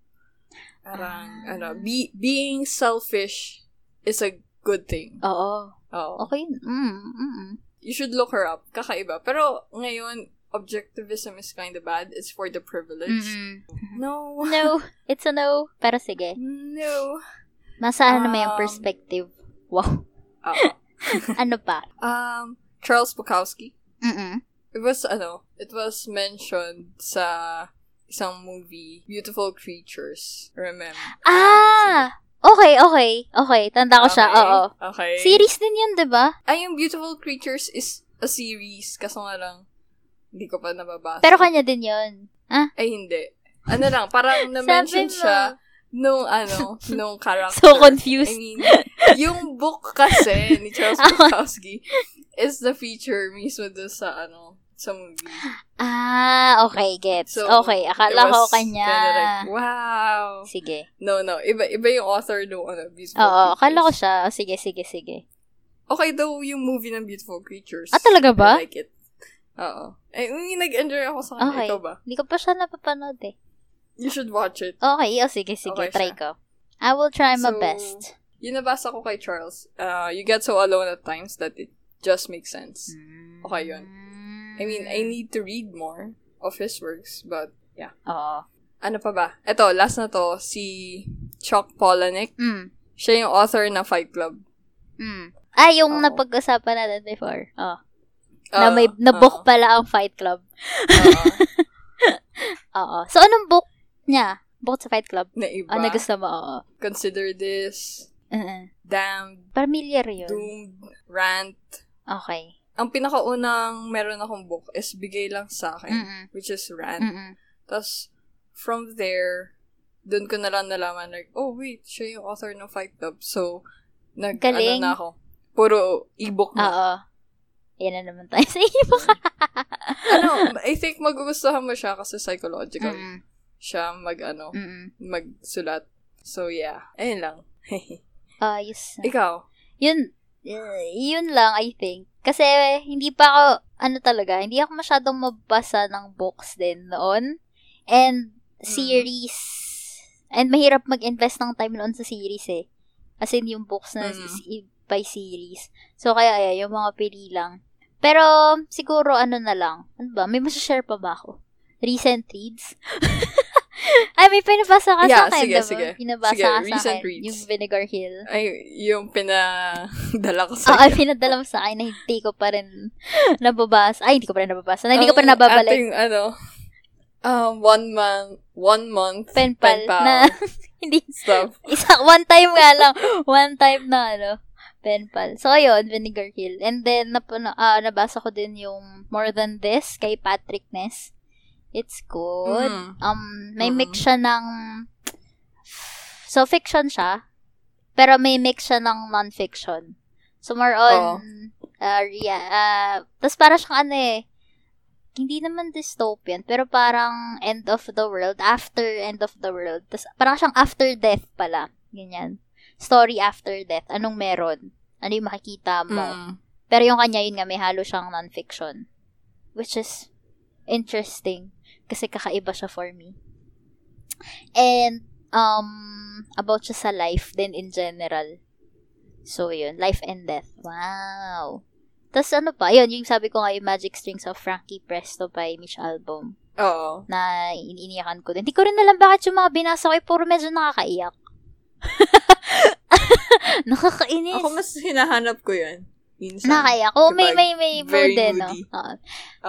Parang, Ah. ano, be, being selfish is a good thing. Oo. Oh. Okay. Mm, mm, mm. You should look her up. Kakaiba. Pero ngayon, objectivism is kind of bad. It's for the privileged. Mm-mm. No. No, it's a no. Pero sige. No. Nasaan naman yung Um, perspective? Wow. Oo. Ano pa? um, Charles Bukowski. Mm-mm. It was, ano, it was mentioned sa isang movie, Beautiful Creatures, remember? Ah! Okay, okay. Okay, tanda ko siya. Okay, Oo. Okay. Series din yun, di ba? Ay, yung Beautiful Creatures is a series, kaso nga lang, hindi ko pa nababasa. Pero kanya din yun. Ay, hindi. Ano lang, parang Sabi na-mention mo. siya nung, ano, nung character. So confused. I mean, yung book kasi ni Charles Ah. Bukowski is the feature mismo doon sa, ano, sa movie. Ah, okay, gets. So, okay, It akala ko was kanya. kinda like, oh. wow. Sige. No, no. Iba, iba yung author nung, ano, Beautiful Oo, akala ko Creatures. siya. O, Sige, sige, sige. Okay daw yung movie ng Beautiful Creatures. Ah, talaga ba? I like it. Oo. Eh, yung nag-enjoy ako sa kanya. Okay. Ikaw ba? Hindi ko pa siya napapanood eh. You should watch it. Okay, o sige, sige. Okay try siya. ko. I will try So, my best. Yung nabasa ko kay Charles, uh, you get so alone at times that it just makes sense. mm. okay yun. I mean, Mm. I need to read more of his works, but yeah. Oo. Ano pa ba? Eto, last na to, si Chuck Palahniuk. Mm. Siya yung author na Fight Club. Mm. Ah, yung Oo. napag-usapan natin before. Oh. Ah, na may ah, nabook pala ang Fight Club. ah, Oo. So, anong book niya? Bukod sa Fight Club? na iba. Ah, na gusto mo, oo. Consider this. Uh-uh. Damned. Familiar yun. Doomed. Rant. Okay. Ang pinakaunang meron akong book is bigay lang sa akin, Mm-mm. which is Rant. Mm-mm. Tapos, from there, doon ko na lang nalaman, like, oh, wait, siya yung author ng Fight Club. So, nag, Galing. ano na ako. Puro e-book na. Oo. Ayan na naman tayo sa iyo. ano, I think magugustuhan mo siya kasi psychological Mm-mm. siya mag, ano, Mm-mm. magsulat. So, yeah. Ayun lang. Ayos. Ikaw? yun, eh, yun lang, I think. Kasi, hindi pa ako, ano talaga, hindi ako masyadong mabasa ng books din noon. And, Mm. series, and mahirap mag-invest ng time noon sa series eh. As in, yung books na Mm. si- by series. So, kaya, ayan, yung mga pili lang. Pero, siguro, ano na lang. Ano ba? May masashare pa ba ako? Recent reads? Ay, may pinabasa ka Yeah, sa akin, sige, diba? sige. Pinabasa Sige, ka sa recent akin. reads. Yung Vinegar Hill. Ay, yung pinadala ko Oo, sa ay, pinadala mo sa akin na hindi ko pa rin nababasa. Ay, hindi ko pa rin nababasa. Na hindi ko pa rin nababalik. Ating, ano, um, one month, one month, Pen pen pal pal na hindi. stuff. Isa, one time nga lang. One time na ano. Pen pal. So, ayun, Vinegar Hill. And then, nap- na, ah, nabasa ko din yung More Than This kay Patrick Ness. It's good. Mm. Um, may Mm. mix siya ng... So, fiction siya. Pero may mix siya ng non-fiction. So, more Oo. on... Uh, yeah, uh, Tapos parang siyang ano eh, hindi naman dystopian, pero parang end of the world, after end of the world. Tapos parang siyang after death pala. Ganyan. Story after death. Anong meron? Ano yung makikita mo? Mm. Pero yung kanya, yun nga, may halo siyang non-fiction. Which is interesting. Kasi kakaiba siya for me. And, um, about siya sa life then in general. So, yun. Life and death. Wow. Tapos ano pa? Yun, yung sabi ko nga yung Magic Strings of Frankie Presto by Mitch Albom Oo. na iniiyakan ko din. Hindi ko rin alam bakit yung mga binasa ko ay puro medyo nakakaiyak. Nakakainis. Ako mas hinahanap ko yun. Minsan. Nakaya ko. May, Kapag may, may diba, very mood din, no? moody. Oo.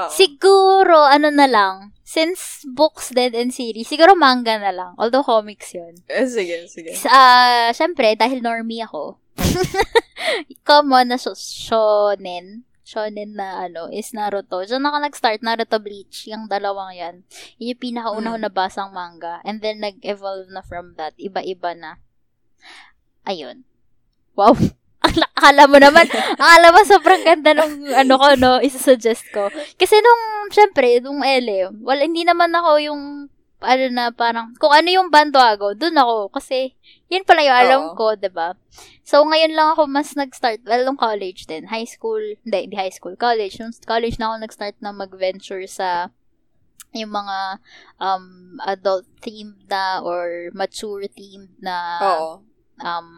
Oo. Siguro, ano na lang, since books, dead and series, siguro manga na lang. Although comics yun. Eh, sige, sige. Ah, syempre, dahil normie ako, common na sho- shonen, shonen na ano, is Naruto. Diyan ako nag-start, Naruto Bleach, yung dalawang yan. Yun yung pinakauna ko Mm. nabasang manga. And then, nag-evolve na from that. Iba-iba na. Ayun. Wow. Akala- Akala mo naman, akala mo sobrang ganda nung ano ko, no, isa-suggest ko. Kasi nung, syempre, nung L, well, hindi naman ako yung, ano na, parang, kung ano yung bando ako, dun ako. Kasi, yun pala yung alam Oo. ko, 'di ba So, ngayon lang ako mas nag-start, well, nung college din, high school, hindi, hindi high school, college. Nung college na ako nag-start na mag-venture sa yung mga um, adult-themed na or mature-themed na Oo. um,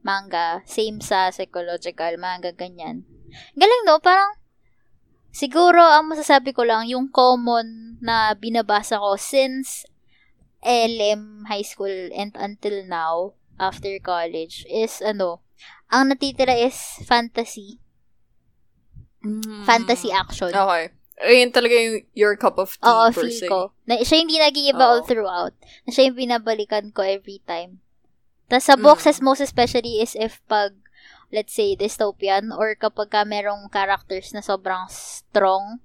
manga, same sa psychological, manga, ganyan. Galing, no? Parang, siguro, ang masasabi ko lang, yung common na binabasa ko since LM high school and until now, after college, is ano, ang natitira is fantasy. Mm. Fantasy action. Okay. Ayun talaga yung your cup of tea Oo, per feel se. ko. Na, siya hindi nag-iiba all Oo. throughout. Na siya yung binabalikan ko every time. Tapos sa boxes Mm. most especially is if pag, let's say, dystopian or kapag ka merong characters na sobrang strong.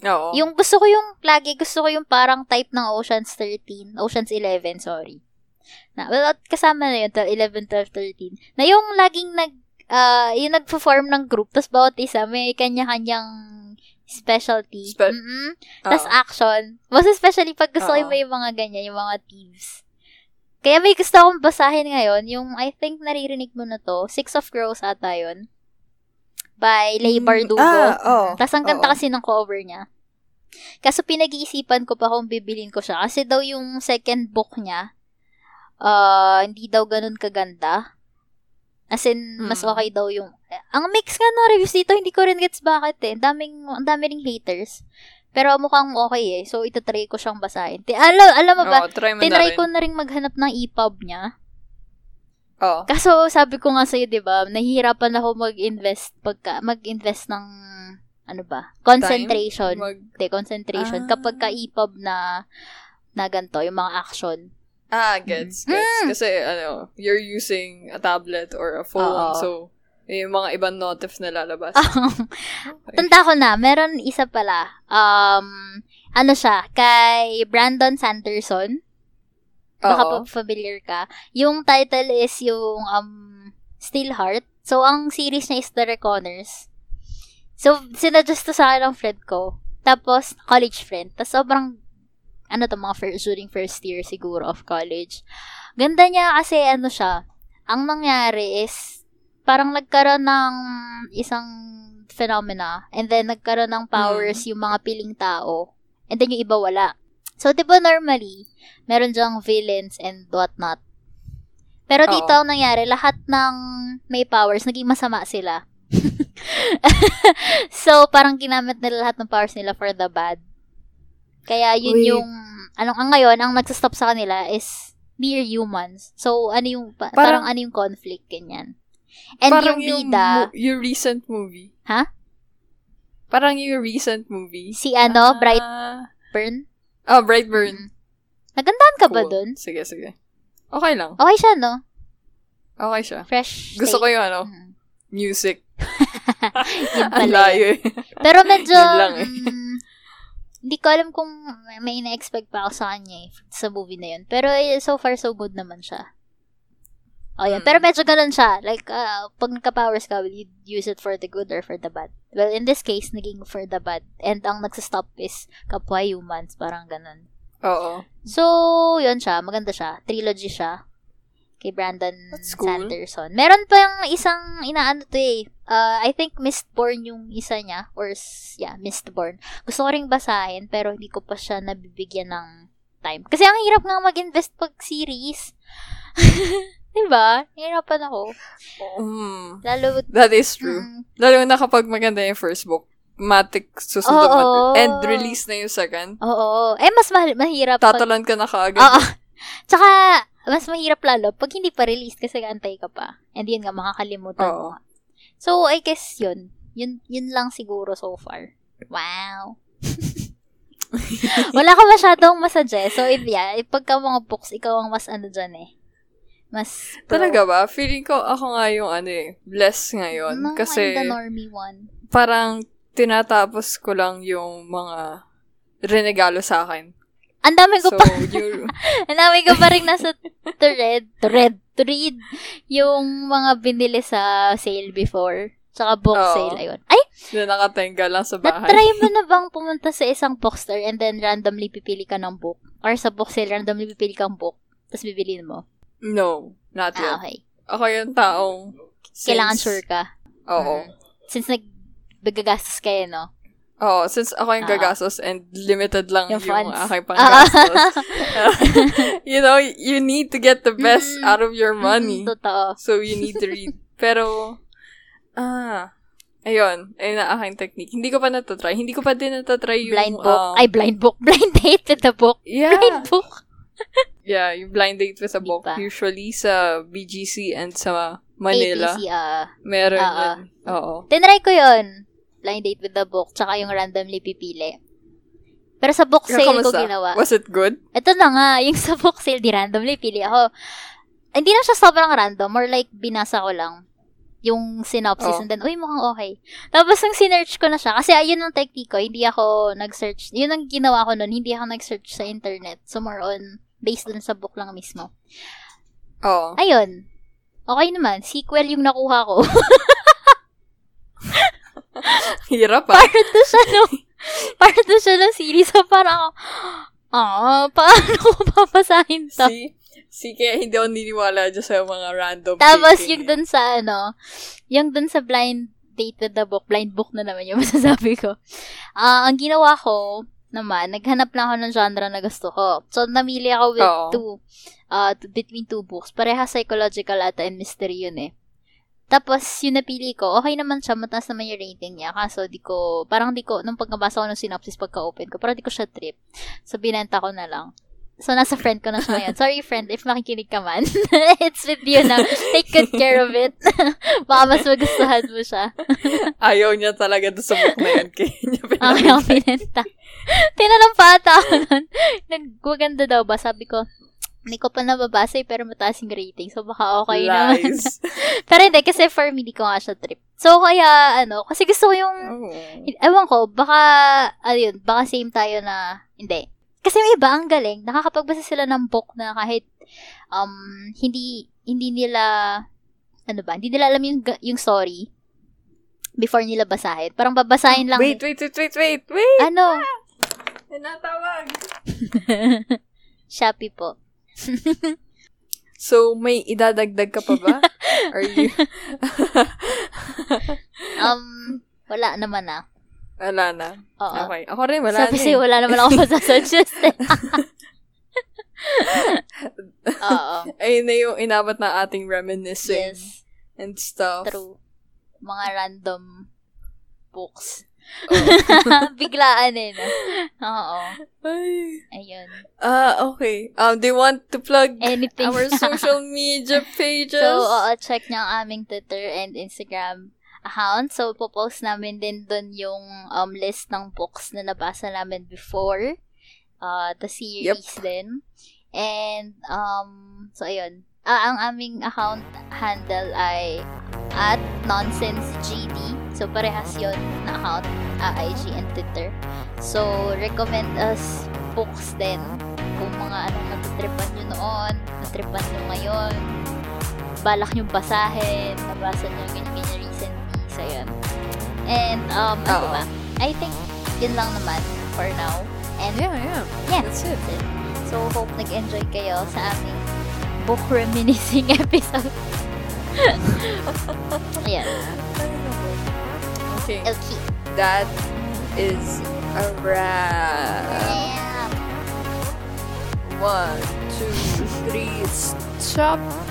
Oo. Yung gusto ko yung, lagi gusto ko yung parang type ng Ocean's 13, Ocean's 11, sorry. Na, well, at kasama na yun, 12, 11, 12, 13. Na yung laging nag, ah, yung nagpo-form ng group, tapos bawat isa may kanya-kanyang specialty. Spe- Oo. Mm-mm. Tapos action. Most especially pag gusto ko Oo. yung may mga ganyan, yung mga thieves. Kaya may gusto akong basahin ngayon, yung I think naririnig mo na to, Six of Crows ata yun, by Leigh Mm, Bardugo. ah, oo. Tapos ang ganda Oo. kasi ng cover niya. Kaso pinag-iisipan ko pa kung bibilin ko siya. Kasi daw yung second book niya, ah, hindi daw ganun kaganda. As in, mas Mm. okay daw yung... eh, Ang mix nga ng reviews dito, hindi ko rin gets bakit eh. Ang daming, ang dami ring haters. Pero mukhang okay eh. So, itatry ko siyang basahin. Ti- Alam, alam mo Oo, ba, try mo na tinry rin. ko na rin maghanap ng EPUB niya. Oo. Kaso sabi ko nga sa'yo, di ba, nahihirapan ako mag-invest pagka, mag-invest ng, ano ba, concentration. Mag, Hindi, concentration. Ah. Kapag ka-EPUB na, na ganito, yung mga action. ah, gets, Mm-hmm. gets. Kasi, ano, you're using a tablet or a phone, Oo. Ah, so, may mga ibang notif na lalabas. Okay. Tanda ko na, meron isa pala. Um, ano siya, kay Brandon Sanderson. Baka Oo. pa familiar ka. Yung title is yung um, Still Heart. So, ang series niya is The Reckoners. So, sinadjust to sa akin ng friend ko. Tapos, college friend. Tapos, sobrang, ano to, mga first, during first year siguro of college. Ganda niya kasi, ano siya, ang nangyari is, parang nagkaroon ng isang phenomena and then nagkaroon ng powers yung mga piling tao and then yung iba wala. So, di ba normally, meron dyang villains and whatnot. Pero Oo. dito ang nangyari, lahat ng may powers, naging masama sila. so, parang ginamit nila lahat ng powers nila for the bad. Kaya yun Uy. yung, anong, ang ngayon, ang nagsastop sa kanila is mere humans. So, ano yung, pa- Parang- parang, ano yung conflict, ganyan. And yung bida, mo- yung recent movie. Ha? Parang yung recent movie. si ano, Ah, Brightburn. Oh, Brightburn. Nagandaan ka ba Cool. dun? Sige, sige. Okay lang. Okay siya, no? Okay siya. Fresh Gusto ko yung ano, Mm. music. Yun Ang pala yun. layo eh. Pero medyo, Yun lang eh. mm, hindi ko alam kung may ina-expect pa ako sa kanya eh, sa movie na yun. Pero eh, so far, so good naman siya. Oh, yeah. Mm. Pero medyo ganun siya. Like, ah, pag nagka-powers ka, will you use it for the good or for the bad? Well, in this case, naging for the bad. And ang nagsastop is kapwa humans. Parang ganun. Oo. So, yun siya. Maganda siya. Trilogy siya. Kay Brandon That's cool. Sanderson. Meron pa yung isang inaano to eh. Uh, I think Mistborn yung isa niya. Or, s- yeah, Mistborn. Gusto ko rin basahin, pero hindi ko pa siya nabibigyan ng time. Kasi ang hirap nga mag-invest pag series. diba? Hirapan ako. Mm. Lalo, That is true. mm, Lalo na kapag maganda yung first book, matik susunod Oo. mat- and release na yung second. oo. Eh, mas mahal, mahirap. pag- Tatalan ka na kaagad. Oo. Tsaka, mas mahirap lalo pag hindi pa release kasi antay ka pa. And yun nga, makakalimutan Oo. mo. So, I guess yun. Yun, yun lang siguro so far. Wow. Wala ka masyadong masasuggest. So, if yeah, if pagka mga books, ikaw ang mas ano dyan eh. Mas pro. Talaga ba? Feeling ko ako nga yung ano eh, blessed ngayon. No, kasi I'm ano, the normie one. parang tinatapos ko lang yung mga renegalo sa akin. Ang dami ko So, pa, you, ang dami ko pa rin nasa to read, to read, to read yung mga binili sa sale before. Tsaka book Oo. sale, ayun. Ay, na nakatenga lang sa bahay. Na-try mo na bang pumunta sa isang bookstore and then randomly pipili ka ng book? Or sa book sale, randomly pipili ka ng book, tapos bibilin mo? No, not Ah, yet. okay. Ako yung taong... since- Kailangan sure ka. Oo. Mm. Since nagbagastos kayo, no? Oo, since ako yung Ah. gagastos and limited lang yung, Yung funds. aking Ah. panggastos. you know, you need to get the best Mm. out of your money. Mm, totoo. So, you need to read. Pero, ah, ayun. Ayun na aking technique. Hindi ko pa natatry. Hindi ko pa din natatry yung... blind book. um, Ay, blind book. Blind date with the book. yeah. Blind book. Yeah, yung blind date with a Hindi book. pa. Usually sa BGC and sa Manila. ABC, ah. Meron Ah, yun. Oo. Tinry ko yun. Blind date with the book. Tsaka yung randomly pipili. Pero sa book Ikaw, sale ko kamusta? ginawa. Was it good? Ito na nga, yung sa book sale, di randomly pili ako. Hindi na siya sobrang random, more like binasa ko lang yung synopsis Oh. and then, uy, mukhang okay. Tapos nung sinearch ko na siya, kasi ayun ang technique ko, hindi ako nag-search, yun ang ginawa ko nun, hindi ako nag-search sa internet. So more on, based dun sa book lang mismo. Oo. Ayun. Okay naman, sequel yung nakuha ko. Hirap ah. parto siya nung, parto siya ng series. So parang ako, ah, paano ko papasahin to? Si, si kaya hindi ako niniwala dyan sa mga random Tapos picking yung eh. dun sa ano, yung dun sa blind date with the book, blind book na naman yung masasabi ko. Ah, ang ginawa ko naman, naghanap lang ako ng genre na gusto ko. So, namili ako with Oo. two, ah, t- between two books. Pareha psychological ata and mystery yun eh. Tapos, yung napili ko, okay naman siya, mataas naman yung rating niya. Kaso, di ko, parang di ko, nung pagkabasa ko ng synopsis pagka-open ko, parang di ko siya trip. So, binenta ko na lang. So, nasa friend ko na siya ngayon. Sorry, friend, if makikinig ka man. It's with you now. Take good care of it. Baka mas magustuhan mo siya. Ayaw niya talaga doon sa book na yan. Kaya niya Ang pinag- ako pinenta. Tinanong pa ata ako nun. Nagwaganda daw ba? Sabi ko, hindi ko pa nababasa eh, pero mataas yung rating. So, baka okay naman. Lies. Pero hindi, kasi for me, di ko nga siya trip. So, kaya, ano, kasi gusto ko yung Oo. Ewan ko, baka, ayun, baka same tayo na, hindi. Kasi may iba, ang galing, nakakapagbasa sila ng book na kahit, um, hindi, hindi nila, ano ba, hindi nila alam yung, ga- yung story before nila basahin. Parang babasahin lang. Wait, wait, wait, wait, wait, wait. Ano? Tinatawag. Shopee po. So, may idadagdag ka pa ba? Are you... Um, wala naman na. wala na. Oo. Okay. Ako rin, Ah, wala Sabi na. sa'yo, eh. wala naman ako masasuggest. eh. Oo. Ayun na yung inabot na ating reminiscing Yes. and stuff. True. Mga random books. Oh. Biglaan eh, no? Oo. Ay. Ayun. Ah, okay. Um, they want to plug Anything. our social media pages. so, uh, oo, check nyo ang aming Twitter and Instagram account. So, popost namin din dun yung um, list ng books na nabasa namin before. Uh, the series din. And, um, so, ayun. Ah, ang aming account handle ay at nonsensegd. So, parehas yon na account, ah, IG and Twitter. So, recommend us books din. Kung mga anong natitripan nyo noon, natripan nyo ngayon, balak nyo basahin, nabasa nyo ganyan-ganyan recently. So, yun. And, um, ano Oo. ba? I think, yun lang naman for now. And, yeah, yeah. yeah, That's it. that's it. So, hope nag-enjoy kayo sa aming book reminiscing episode. Ayan. Okay. Okay. That is a wrap. Yeah. One, two, three, stop.